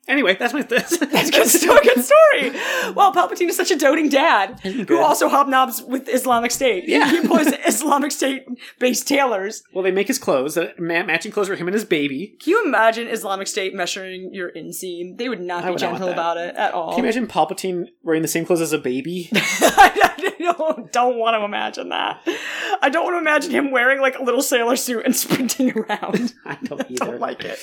Anyway, that's my that's,
It's good story. Good story. Wow, Palpatine is such a doting dad who also hobnobs with Islamic State. Yeah. He employs Islamic State based tailors.
well, they make his clothes uh, ma- matching clothes for him and his baby.
Can you imagine Islamic State measuring your inseam? They would not be
would not want
gentle
that.
about it at all.
Can you imagine Palpatine wearing the same clothes as a baby?
I don't, don't want to imagine that. I don't want to imagine him wearing like a little sailor suit and sprinting around.
I don't either.
I don't like it.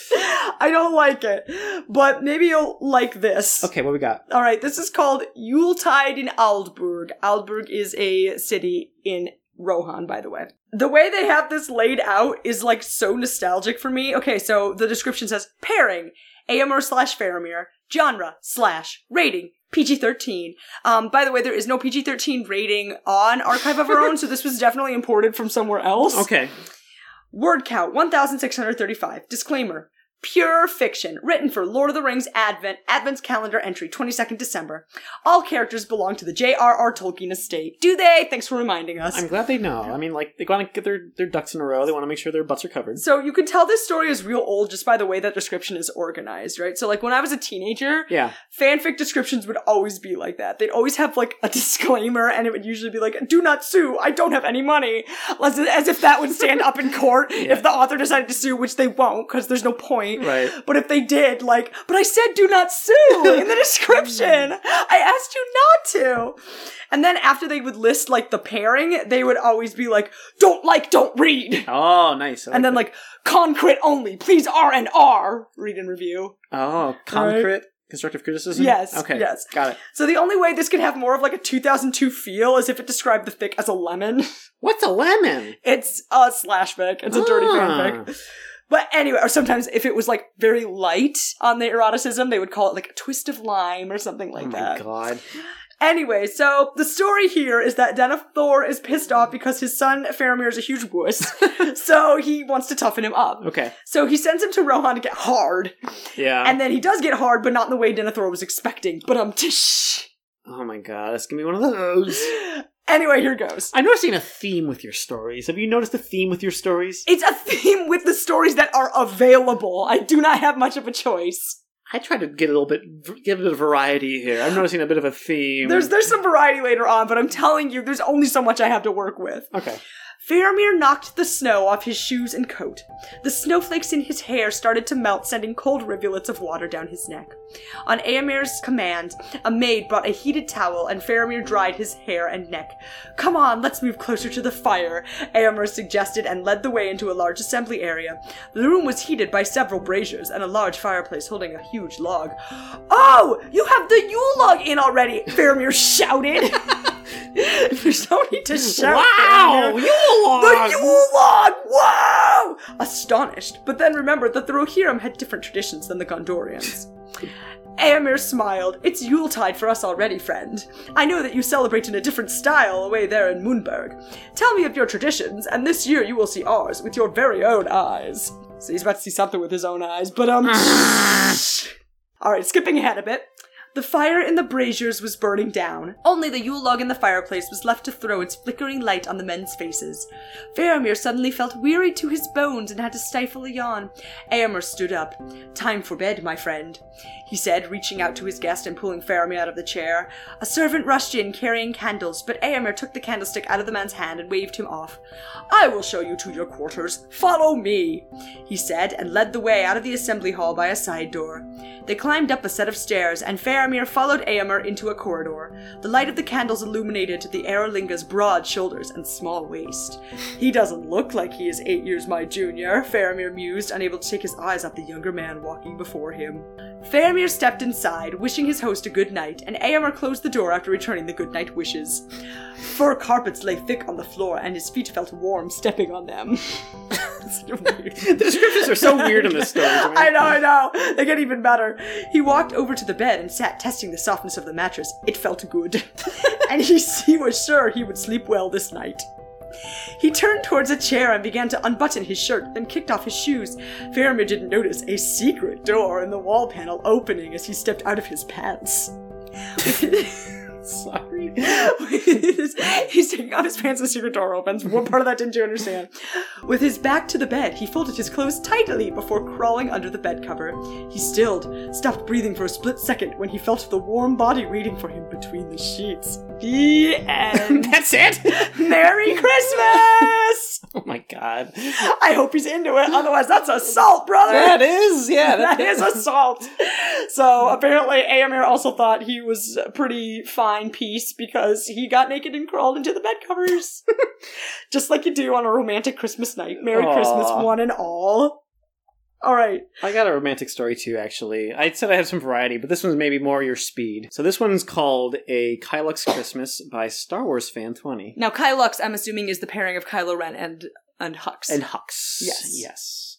I don't like it. But maybe you'll like this.
Okay, what we got?
All right, this is called Yuletide in Aldburg. Aldburg is a city in Rohan, by the way. The way they have this laid out is like so nostalgic for me. Okay, so the description says pairing, AMR slash Faramir, genre slash rating. PG 13. Um, by the way, there is no PG 13 rating on Archive of Our Own, so this was definitely imported from somewhere else.
Okay,
Word count 1635. Disclaimer. Pure fiction, written for Lord of the Rings Advent, Advent's calendar entry, 22nd December. All characters belong to the J.R.R. Tolkien estate. Do they? Thanks for reminding us.
I'm glad they know. I mean, like they want to get their their ducks in a row. They want to make sure their butts are covered.
so you can tell this story is real old just by the way that description is organized, right? So like when I was a teenager,
Yeah.
fanfic descriptions would always be like that. They'd always have like a disclaimer and it would usually be like, do not sue, I don't have any money. As, as if that would stand up in court if the author decided to sue, which they won't because there's no point.
Right.
But if they did, like, but I said do not sue in the description. I asked you not to. And then after they would list like the pairing, they would always be like, don't like, don't read.
Oh, nice. I
And then like, concrete only, please R and R, read and review.
that. oh, concrete constructive criticism.
Yes,
Okay.
yes.
Got it.
So the only way this could have more of like a 2002 feel is if it described the fic as a lemon.
What's a lemon?
It's a slash fic. It's a dirty
Ah.
fanfic. But anyway, or sometimes if it was like very light on the eroticism, they would call it like a twist of lime or something like
Oh my
that.
god.
Anyway, so the story here is that Den of Thor is pissed off because his son Faramir is a huge wuss. so he wants to toughen him up.
Okay.
So he sends him to Rohan to get hard.
Yeah.
And then he does get hard, but not in the way Den of Thor was expecting. But um tish.
oh my god, it's gonna be one of those.
Anyway, here goes.
I'm noticing a theme with your stories. Have you noticed a theme with your stories?
It's a theme with the stories that are available. I do not have much of a choice.
I try to get a little bit, get a bit of variety here. I'm noticing a bit of a theme.
There's there's some variety later on, but I'm telling you, there's only so much I have to work with.
okay.
Faramir knocked the snow off his shoes and coat. The snowflakes in his hair started to melt, sending cold rivulets of water down his neck. On Aemir's command, a maid brought a heated towel, and Faramir dried his hair and neck. Come on, let's move closer to the fire, Aemir suggested and led the way into a large assembly area. The room was heated by several braziers and a large fireplace holding a huge log. Oh, you have the Yule log in already, Faramir shouted. There's no need to shout.
Wow,
Faramir.
Yule log!
The Yule log! Wow! Astonished, but then remembered that the Rohirrim had different traditions than the Gondorians. Aemir smiled. It's Yuletide for us already, friend. I know that you celebrate in a different style away there in Moonberg. Tell me of your traditions, and this year you will see ours with your very own eyes. So he's about to see something with his own eyes, but um. Alright, skipping ahead a bit. The fire in the braziers was burning down. Only the Yule log in the fireplace was left to throw its flickering light on the men's faces. Faramir suddenly felt weary to his bones and had to stifle a yawn. Aemir stood up. Time for bed, my friend, he said, reaching out to his guest and pulling Faramir out of the chair. A servant rushed in carrying candles, but Aemir took the candlestick out of the man's hand and waved him off. I will show you to your quarters. Follow me, he said, and led the way out of the assembly hall by a side door. They climbed up a set of stairs, and Faramir followed Aemir into a corridor. The light of the candles illuminated the Aerolinga's broad shoulders and small waist. He doesn't look like he is eight years my junior, Faramir mused, unable to take his eyes off the younger man walking before him. Faramir stepped inside, wishing his host a good night, and Aemir closed the door after returning the good night wishes. Fur carpets lay thick on the floor, and his feet felt warm stepping on them. It's weird.
The descriptions are so weird in this story. Joanne.
I know, I know. They get even better. He walked over to the bed and sat testing the softness of the mattress. It felt good. and he, he was sure he would sleep well this night. He turned towards a chair and began to unbutton his shirt, then kicked off his shoes. Faramir didn't notice a secret door in the wall panel opening as he stepped out of his pants.
Sorry. movie.
He's taking off his pants and the secret door opens. What part of that didn't you understand? With his back to the bed, he folded his clothes tightly before crawling under the bed cover. He stilled, stopped breathing for a split second when he felt the warm body reading for him between the sheets. The end.
That's it.
Merry Christmas!
oh my god.
I hope he's into it. Otherwise, that's assault, brother.
That is, yeah.
that is assault. So apparently, Aamir also thought he was a pretty fine piece because he got naked and crawled into the bed covers, just like you do on a romantic Christmas night. Merry
Aw.
Christmas, one and all. All right.
I got a romantic story too, actually. I said I have some variety, but this one's maybe more your speed. So this one's called A Kylux Christmas by Star Wars Fan 20.
Now, Kylux, I'm assuming, is the pairing of Kylo Ren and and Hux.
And Hux.
Yes.
Yes.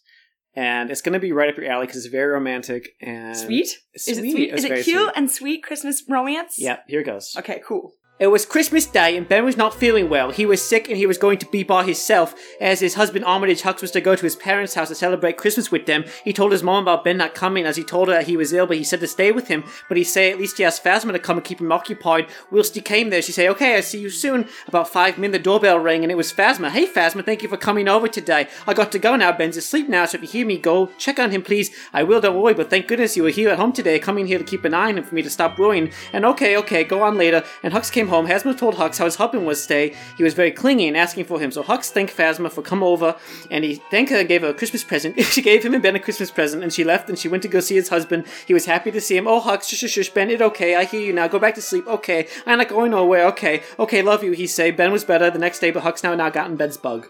And it's going to be right up your alley because it's very romantic and.
sweet? Is it
Sweet.
sweet?
It's
Is it
very
cute
sweet.
and sweet Christmas romance?
Yeah, here goes.
Okay. Cool.
It was Christmas Day, and Ben was not feeling well. He was sick, and he was going to be by himself. As his husband Armitage Hux was to go to his parents' house to celebrate Christmas with them, he told his mom about Ben not coming. As he told her that he was ill, but he said to stay with him. But he said at least he asked Phasma to come and keep him occupied. Whilst he came there, she said, "Okay, I see you soon." About five minutes, the doorbell rang, and it was Phasma. Hey, Phasma, thank you for coming over today. I got to go now. Ben's asleep now, so if you hear me, go check on him, please. I will, don't worry. But thank goodness you were here at home today, coming here to keep an eye on him for me to stop worrying. And okay, okay, go on later. And Hux came home. Hasma told Hux how his husband was today. He was very clingy and asking for him. So Hux thanked Phasma for come over, and he thanked her and gave her a Christmas present. she gave him and Ben a Christmas present, and she left and she went to go see his husband. He was happy to see him. Oh, Hux, shush, shush, shush, Ben, it okay. I hear you now. Go back to sleep. Okay, I'm not going nowhere. Okay, okay, love you. He say. Ben was better the next day, but Hux now now gotten Ben's bug.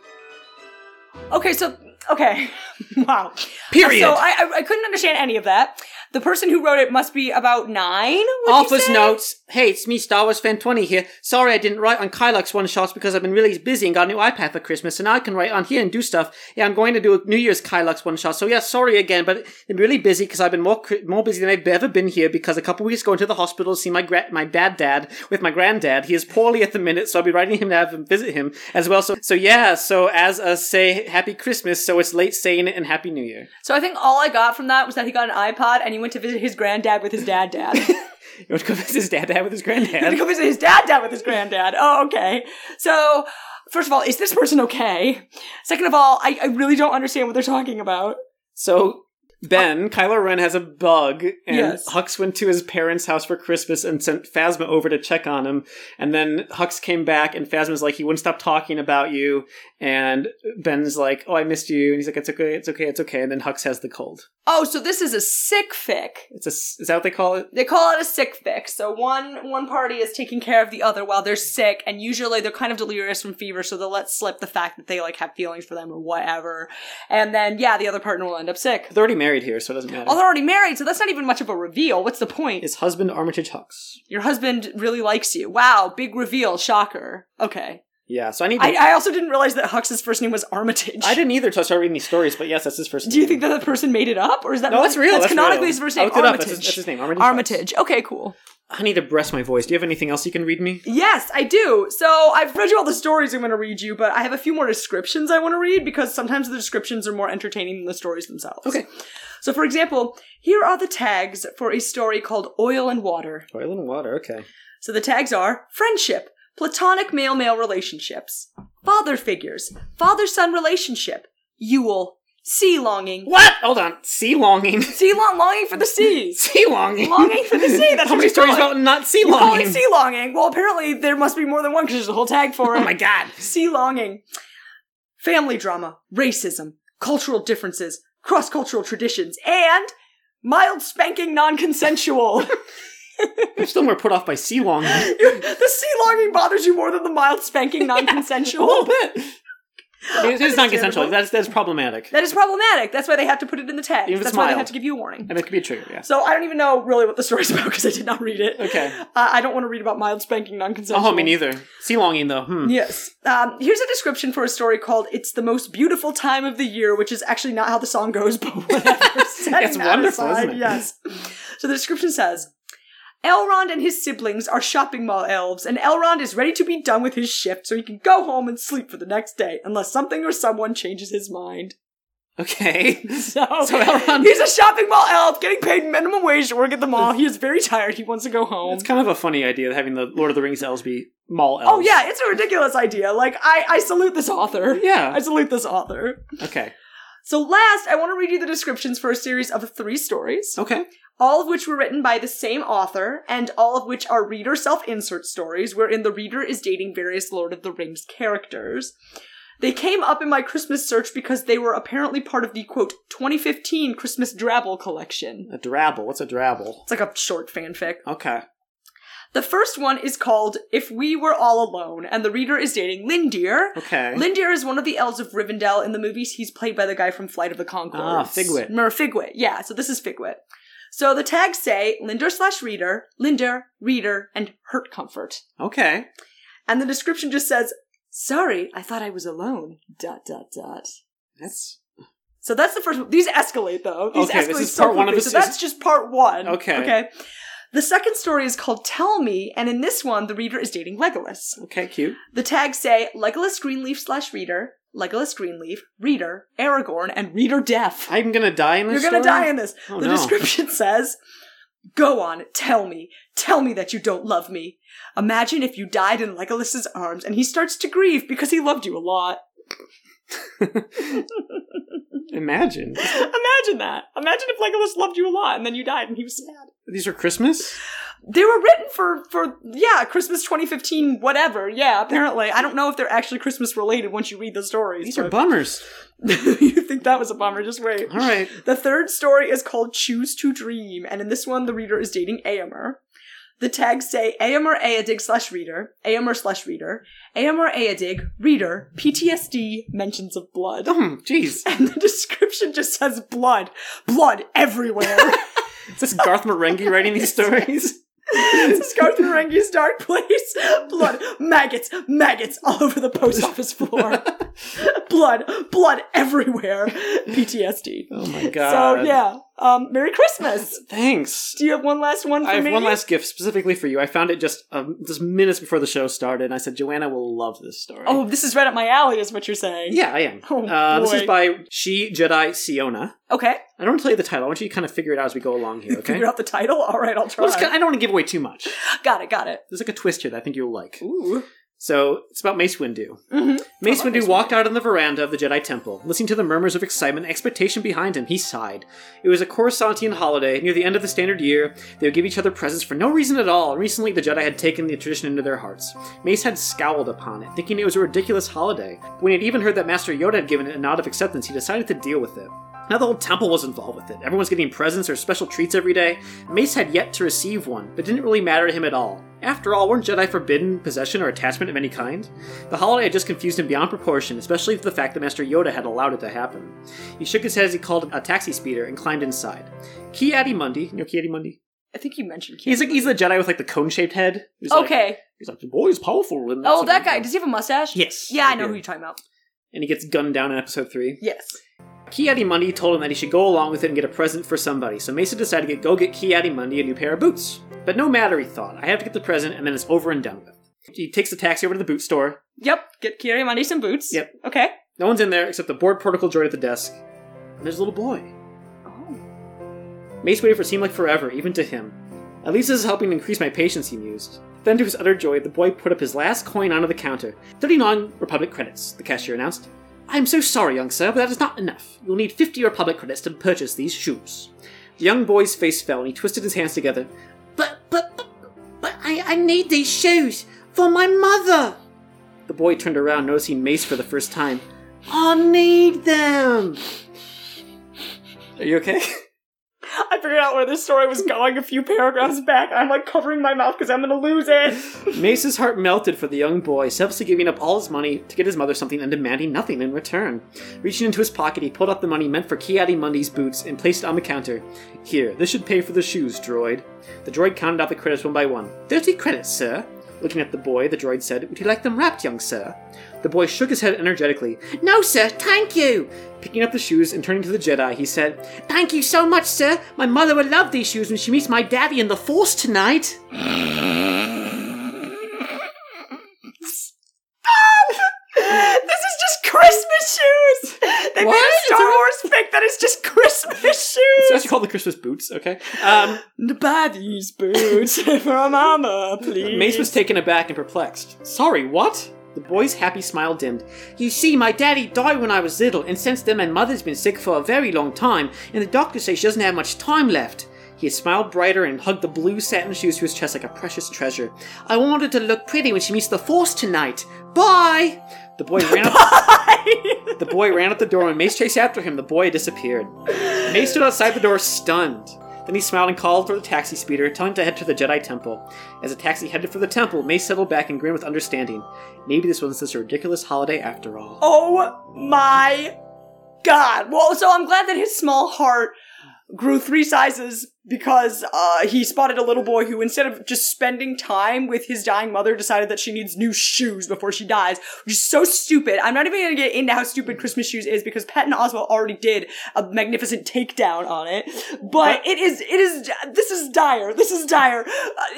Okay, so okay, wow.
Period.
So I, I I couldn't understand any of that. The person who wrote it must be about nine. would you
Office
say?
notes. Hey, it's me, Star Wars Fan 20 here. Sorry I didn't write on Kylux one shots because I've been really busy and got a new iPad for Christmas, and now I can write on here and do stuff. Yeah, I'm going to do a New Year's Kylux one shot. So yeah, sorry again, but I'm really busy because I've been more cri- more busy than I've ever been here because a couple weeks ago into the hospital to see my gra- my bad dad with my granddad. He is poorly at the minute, so I'll be writing him to have him visit him as well. So so yeah, so as us say Happy Christmas, so it's late saying it and Happy New Year.
So I think all I got from that was that he got an iPod and he went to visit his granddad with his dad. Dad. he
You want to go visit his dad dad with his
went to
granddad?
go visit his dad. Dad with his granddad. Oh, okay. So first of all, is this person okay? Second of all, I, I really don't understand what they're talking about.
So Ben, Kylo Ren has a bug, and
Yes.
Hux went to his parents' house for Christmas and sent Phasma over to check on him. And then Hux came back, and Phasma's like, he wouldn't stop talking about you. And Ben's like, oh, I missed you. And he's like, it's okay, it's okay, it's okay. And then Hux has the cold.
Oh, so this is a sick fic.
It's a, is that what they call it?
They call it a sick fic. So one one party is taking care of the other while they're sick, and usually they're kind of delirious from fever, so they'll let slip the fact that they like have feelings for them or whatever. And then yeah, the other partner will end up sick.
They're already married here, so it doesn't matter.
Oh, they're already married, so that's not even much of a reveal. What's the point?
His husband, Armitage Hux.
Your husband really likes you. Wow, big reveal, shocker. Okay.
Yeah, so I need to.
I,
I,
I also didn't realize that Hux's first name was Armitage.
didn't either until I started reading these stories, but yes, that's his first
Do you
name.
think that the person made it up, or is that
No, that's real,
That's,
that's
canonically
real.
his first
I
name.
looked it up,
Armitage.
that's his- that's his name, Armitage Hux.
Armitage. Okay, cool.
I need to breast my voice. Do you have anything else you can read me?
Yes, I do. So I've read you all the stories I'm going to read you, but I have a few more descriptions I want to read because sometimes the descriptions are more entertaining than the stories themselves.
Okay.
So, for example, here are the tags for a story called Oil and Water.
Oil and water, okay.
So the tags are friendship, platonic male male relationships, father figures, father son relationship, Yule, sea longing.
What? Hold on. Sea longing.
Sea long longing for the seas.
sea longing.
Longing for the sea, that's
How
what
many
you call
stories
it.
about not sea
You call it
longing?
sea longing. Well, apparently there must be more than one because there's a whole tag for it.
oh my god.
sea longing, family drama, racism, cultural differences, cross cultural traditions, and mild spanking non consensual.
I'm still more put off by sea longing. A
the sea longing bothers you more than the mild spanking non
little
consensual.
bit. It's, it's non consensual. That's, that's problematic.
that is problematic. That's why they have to put it in the tag.
Even if it's
That's why they have
mild.
to give you a warning.
And it could be a trigger, yeah.
So I don't even know really what the story's about because I did not read it.
Okay.
Uh, I don't want to read about mild spanking non consensual.
Oh, me neither. Sea longing, though. Hmm.
Yes. Um, here's a description for a story called "It's the Most Beautiful Time of the Year," which is actually not how the song goes, but whatever. Setting
It's
that
wonderful,
aside,
isn't it?
Yes. So the description says. Elrond and his siblings are shopping mall elves, and Elrond is ready to be done with his shift so he can go home and sleep for the next day, unless something or someone changes his mind.
Okay.
So,
Elrond-
he's a shopping mall elf getting paid minimum wage to work at the mall. He is very tired. He wants to go home.
It's kind of a funny idea having the Lord of the Rings elves be mall elves.
Oh yeah, it's a ridiculous idea. Like I, I salute this author.
Yeah.
I salute this author.
Okay.
So last, I want to read you the descriptions for a series of three stories,
Okay.
all of which were written by the same author, and all of which are reader self-insert stories, wherein the reader is dating various Lord of the Rings characters. They came up in my Christmas search because they were apparently part of the quote 2015 Christmas Drabble collection.
A drabble. What's a drabble?
It's like a short fanfic.
Okay.
The first one is called If We Were All Alone, and the reader is dating Lindir.
Okay.
Lindir is one of the elves of Rivendell in the movies. He's played by the guy from Flight of the Conchords.
Ah, Figwit.
Mer Figwit, yeah, so this is Figwit. So the tags say Linder slash reader, Linder, reader, and hurt comfort.
Okay.
And the description just says, Sorry, I thought I was alone. Dot, dot, dot.
That's
So that's the first one. These escalate though. These
Okay,
escalate
this is
so
part one of
quickly.
the
So that's just part one.
Okay.
Okay. The second story is called Tell Me, and in this one, the reader is dating Legolas.
okay. Cute.
The tags say Legolas Greenleaf slash reader, Legolas Greenleaf, reader, Aragorn, and reader deaf.
I'm gonna die in
You're
this.
gonna
story?
die in this.
Oh,
the
no.
description says, Go on, tell me. Tell me that you don't love me. Imagine if you died in Legolas's arms and he starts to grieve because he loved you a lot.
Imagine
Imagine that. Imagine if Legolas loved you a lot and then you died and he was sad.
these are Christmas.
They were written for for yeah, Christmas 2015, whatever. Yeah, apparently. I don't know if they're actually Christmas related once you read the stories.
These are
but-
bummers.
you think that was a bummer? Just wait.
All right.
The third story is called "Choose to Dream," and in this one, the reader is dating Aemir. The tags say Aemir Aedig slash reader, Aemir slash reader, Aemir Aedig reader, PTSD mentions of blood.
Oh, jeez.
And the description just says blood, blood everywhere.
Is this Garth Marenghi writing these stories?
this is Garth Marenghi's dark place. Blood, maggots, maggots all over the post office floor. blood, blood everywhere. PTSD.
Oh my god.
So yeah, um, Merry Christmas.
Thanks.
Do you have one last one for
I have
me?
one last gift specifically for you. I found it just um, just minutes before the show started. And I said Joanna will love this story.
Oh, this is right up my alley, is what you're saying.
yeah, I am.
Oh,
uh, this
boy.
is by She Jedi Siona.
Okay.
I don't want to tell you the title. I want you to kind of figure it out as we go along here. Okay.
Figure out the title. All right, I'll try.
Well, it's kind of- I don't want to give away too much.
got it. Got it.
There's like a twist here that I think you'll like.
Ooh.
So it's about Mace Windu.
Mhm.
Mace Windu walked out on the veranda of the Jedi Temple, listening to the murmurs of excitement and expectation behind him. He sighed. It was a Coruscantian holiday. Near the end of the standard year, they would give each other presents for no reason at all. Recently, the Jedi had taken the tradition into their hearts. Mace had scowled upon it, thinking it was a ridiculous holiday. When he had even heard that Master Yoda had given it a nod of acceptance, he decided to deal with it. Now the whole temple was involved with it. Everyone's getting presents or special treats every day. Mace had yet to receive one, but didn't really matter to him at all. After all, weren't Jedi forbidden possession or attachment of any kind? The holiday had just confused him beyond proportion, especially the fact that Master Yoda had allowed it to happen. He shook his head as he called a taxi speeder and climbed inside. Ki Adi Mundi, you know Ki Adi Mundi?
I think you mentioned.
He's like
Keanu.
he's the Jedi with like the cone shaped head. He's like-
okay.
he's like the boy is powerful. and
oh, that
something."
guy. Does he have a mustache?
Yes.
Yeah, I
right
know who
here.
you're talking about.
And he gets gunned down in episode three.
Yes.
Kiadi Mundi told him that he should go along with it and get a present for somebody, so Mesa decided to go get Kiadi Mundi a new pair of boots. But no matter, he thought, I have to get the present and then it's over and done with. He takes the taxi over to the boot store.
Yep. Get Kiri Mundi some boots.
Yep.
Okay.
No one's in there except the bored protocol droid at the desk. And there's a little boy.
Oh.
Mace waited for what seemed like forever, even to him. At least this is helping increase my patience, he mused. Then, to his utter joy, the boy put up his last coin onto the counter. 30 non Republic credits, the cashier announced. I am so sorry, young sir, but that is not enough. You'll need 50 Republic credits to purchase these shoes. The young boy's face fell and he twisted his hands together. But, but, but, but I, I need these shoes for my mother! The boy turned around, noticing Mace for the first time. I need them! Are you okay?
I figured out where this story was going a few paragraphs back. I'm like covering my mouth because I'm gonna lose it.
Mace's heart melted for the young boy, selflessly giving up all his money to get his mother something and demanding nothing in return. Reaching into his pocket, he pulled out the money meant for Kiadi Mundi's boots and placed it on the counter. Here, this should pay for the shoes, droid. The droid counted out the credits one by one. Thirty credits, sir. Looking at the boy, the droid said, Would you like them wrapped, young sir? The boy shook his head energetically. No, sir, thank you! Picking up the shoes and turning to the Jedi, he said, Thank you so much, sir! My mother will love these shoes when she meets my daddy in the Force tonight!
this is just Christmas shoes. They made
What?
a Star Wars
called the Christmas boots. Okay. Um,
Buy these boots for mama, please.
Mace was taken aback and perplexed. Sorry, what? The boy's happy smile dimmed. You see, my daddy died when I was little, and since then my mother's been sick for a very long time, and the doctors say she doesn't have much time left. He smiled brighter and hugged the blue satin shoes to his chest like a precious treasure. I want her to look pretty when she meets the force tonight. Bye! The boy ran up The boy ran out the door and Mace chased after him. The boy disappeared. Mace stood outside the door stunned. Then he smiled and called for the taxi speeder, telling him to head to the Jedi Temple. As the taxi headed for the temple, Mace settled back and grinned with understanding. Maybe this wasn't such a ridiculous holiday after all.
Oh my god. Well, so I'm glad that his small heart grew three sizes because uh, he spotted a little boy who, instead of just spending time with his dying mother, decided that she needs new shoes before she dies, which is so stupid. I'm not even gonna get into how stupid Christmas shoes is because Pat and Oswald already did a magnificent takedown on it. But it is, it is, this is dire. This is dire. Uh,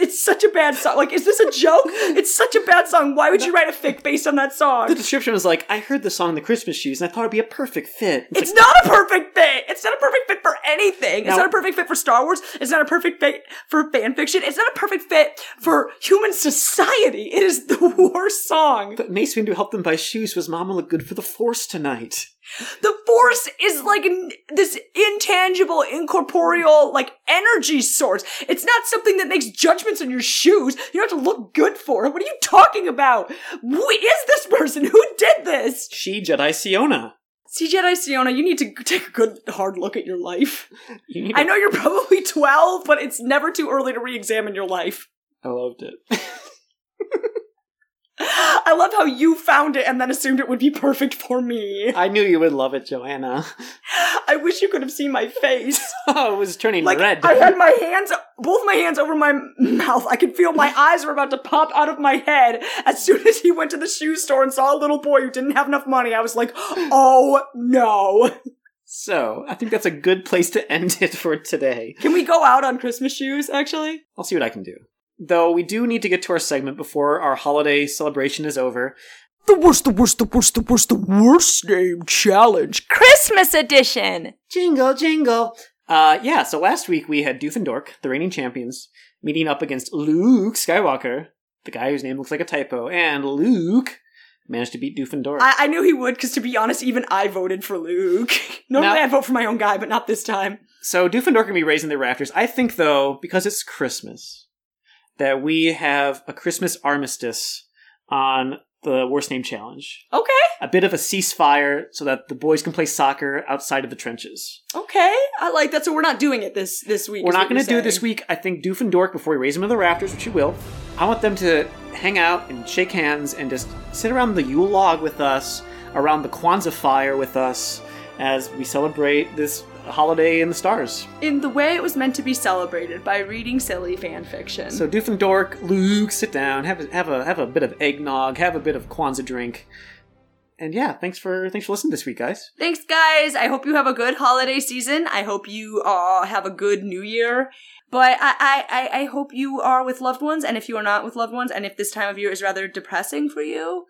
it's such a bad song. Like, is this a joke? It's such a bad song. Why would you write a fic based on that song?
The description was like, I heard the song The Christmas Shoes and I thought it'd be a perfect fit. It's
It's not a perfect fit. It's not a perfect fit for anything.
No.
It's not a perfect fit for Star Wars. It's not a perfect fit for fan fiction. It's not a perfect fit for human society. It is the worst song.
like, Mace went to help them buy shoes was Mama look good for the Force tonight.
The Force is like n- this intangible, incorporeal, like energy source. It's not something that makes judgments on your shoes. You don't have to look good for it. What are you talking about? Who is this person? Who did this?
She, Jedi Siona.
See, Jedi Siona, you need to take a good hard look at your life.
You need
I know you're probably 12, but it's never too early to re examine your life.
I loved it.
I love how you found it and then assumed it would be perfect for me.
I knew you would love it, Joanna.
I wish you could have seen my face.
Oh, it was turning
Like,
red.
I had my hands, both my hands over my mouth. I could feel my eyes were about to pop out of my head. As soon as he went to the shoe store and saw a little boy who didn't have enough money, I was like, oh no.
So, I think that's a good place to end it for today.
Can we go out on Christmas shoes, actually?
I'll see what I can do. Though we do need to get to our segment before our holiday celebration is over.
The worst, the worst, the worst, the worst, the worst name challenge.
Christmas edition.
Jingle, jingle. Uh, yeah, so last week we had Doofendork, the reigning champions, meeting up against Luke Skywalker, the guy whose name looks like a typo, and Luke managed to beat Doofendork.
I, I knew he would because, to be honest, even I voted for Luke. Normally,
Now-
I vote for my own guy, but not this time.
So Doofendork can be raising the rafters. I think though, because it's Christmas, that we have a Christmas armistice on the worst name challenge.
Okay,
A bit of a ceasefire so that the boys can play soccer outside of the trenches.
okay, I like that. So we're not doing it this this week.
We're
is
not
what
going
you're
to do it this
saying.
week. I think Doofendork, before we raise them to the rafters, which we will, I want them to hang out and shake hands and just sit around the Yule log with us, around the Kwanzaa fire with us, as we celebrate this holiday in the stars.
in the way it was meant to be celebrated by reading silly fan fiction.
So Doofendork, Luke, sit down, have a, have a have a bit of eggnog, have a bit of Kwanzaa drink, and yeah, thanks for thanks for listening this week, guys.
Thanks, guys. I hope you have a good holiday season. I hope you uh, have a good new year. But I, I, I- I hope you are with loved ones, and if you are not with loved ones, and if this time of year is rather depressing for you,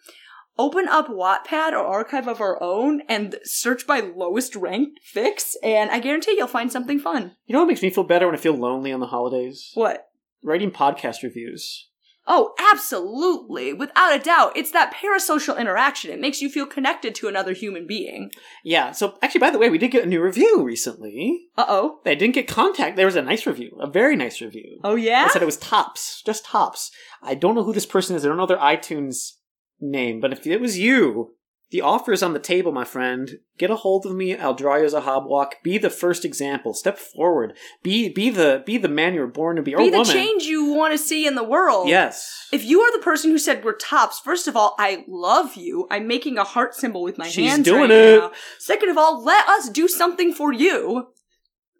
open up Wattpad or Archive of Our Own and search by lowest ranked fix, and I guarantee you'll find something fun.
You know what makes me feel better when I feel lonely on the holidays?
What?
Writing podcast reviews.
Oh, absolutely. Without a doubt, it's that parasocial interaction. It makes you feel connected to another human being.
Yeah. So actually, by the way, we did get a new review recently.
Uh oh.
They didn't get contact. There was a nice review, a very nice review.
Oh, yeah?
I said it was tops, just tops. I don't know who this person is. I don't know their iTunes name, but if it was you, the offer is on the table, my friend. Get a hold of me. I'll draw you as a hobwalk. Be the first example. Step forward. Be be the be the man you were born to be, or
Be the
woman.
change you want to see in the world.
Yes.
If you are the person who said we're tops, first of all, I love you. I'm making a heart symbol with my
She's
hands right
doing it.
now. Second of all, let us do something for you.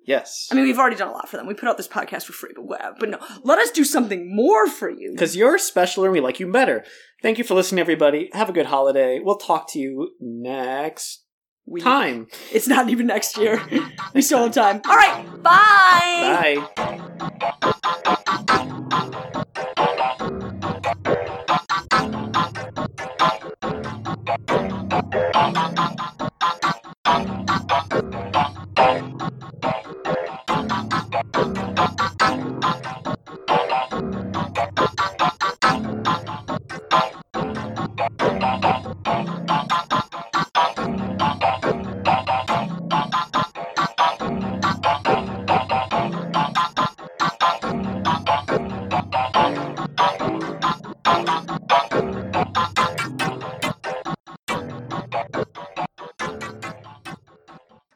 Yes.
I mean, we've already done a lot for them. We put out this podcast for free, but whatever. But no, let us do something more for you.
because you're special and we like you better. Thank you for listening, everybody. Have a good holiday. We'll talk to you next
We-
time.
It's not even next year. we still have time. All right, bye.
Bye.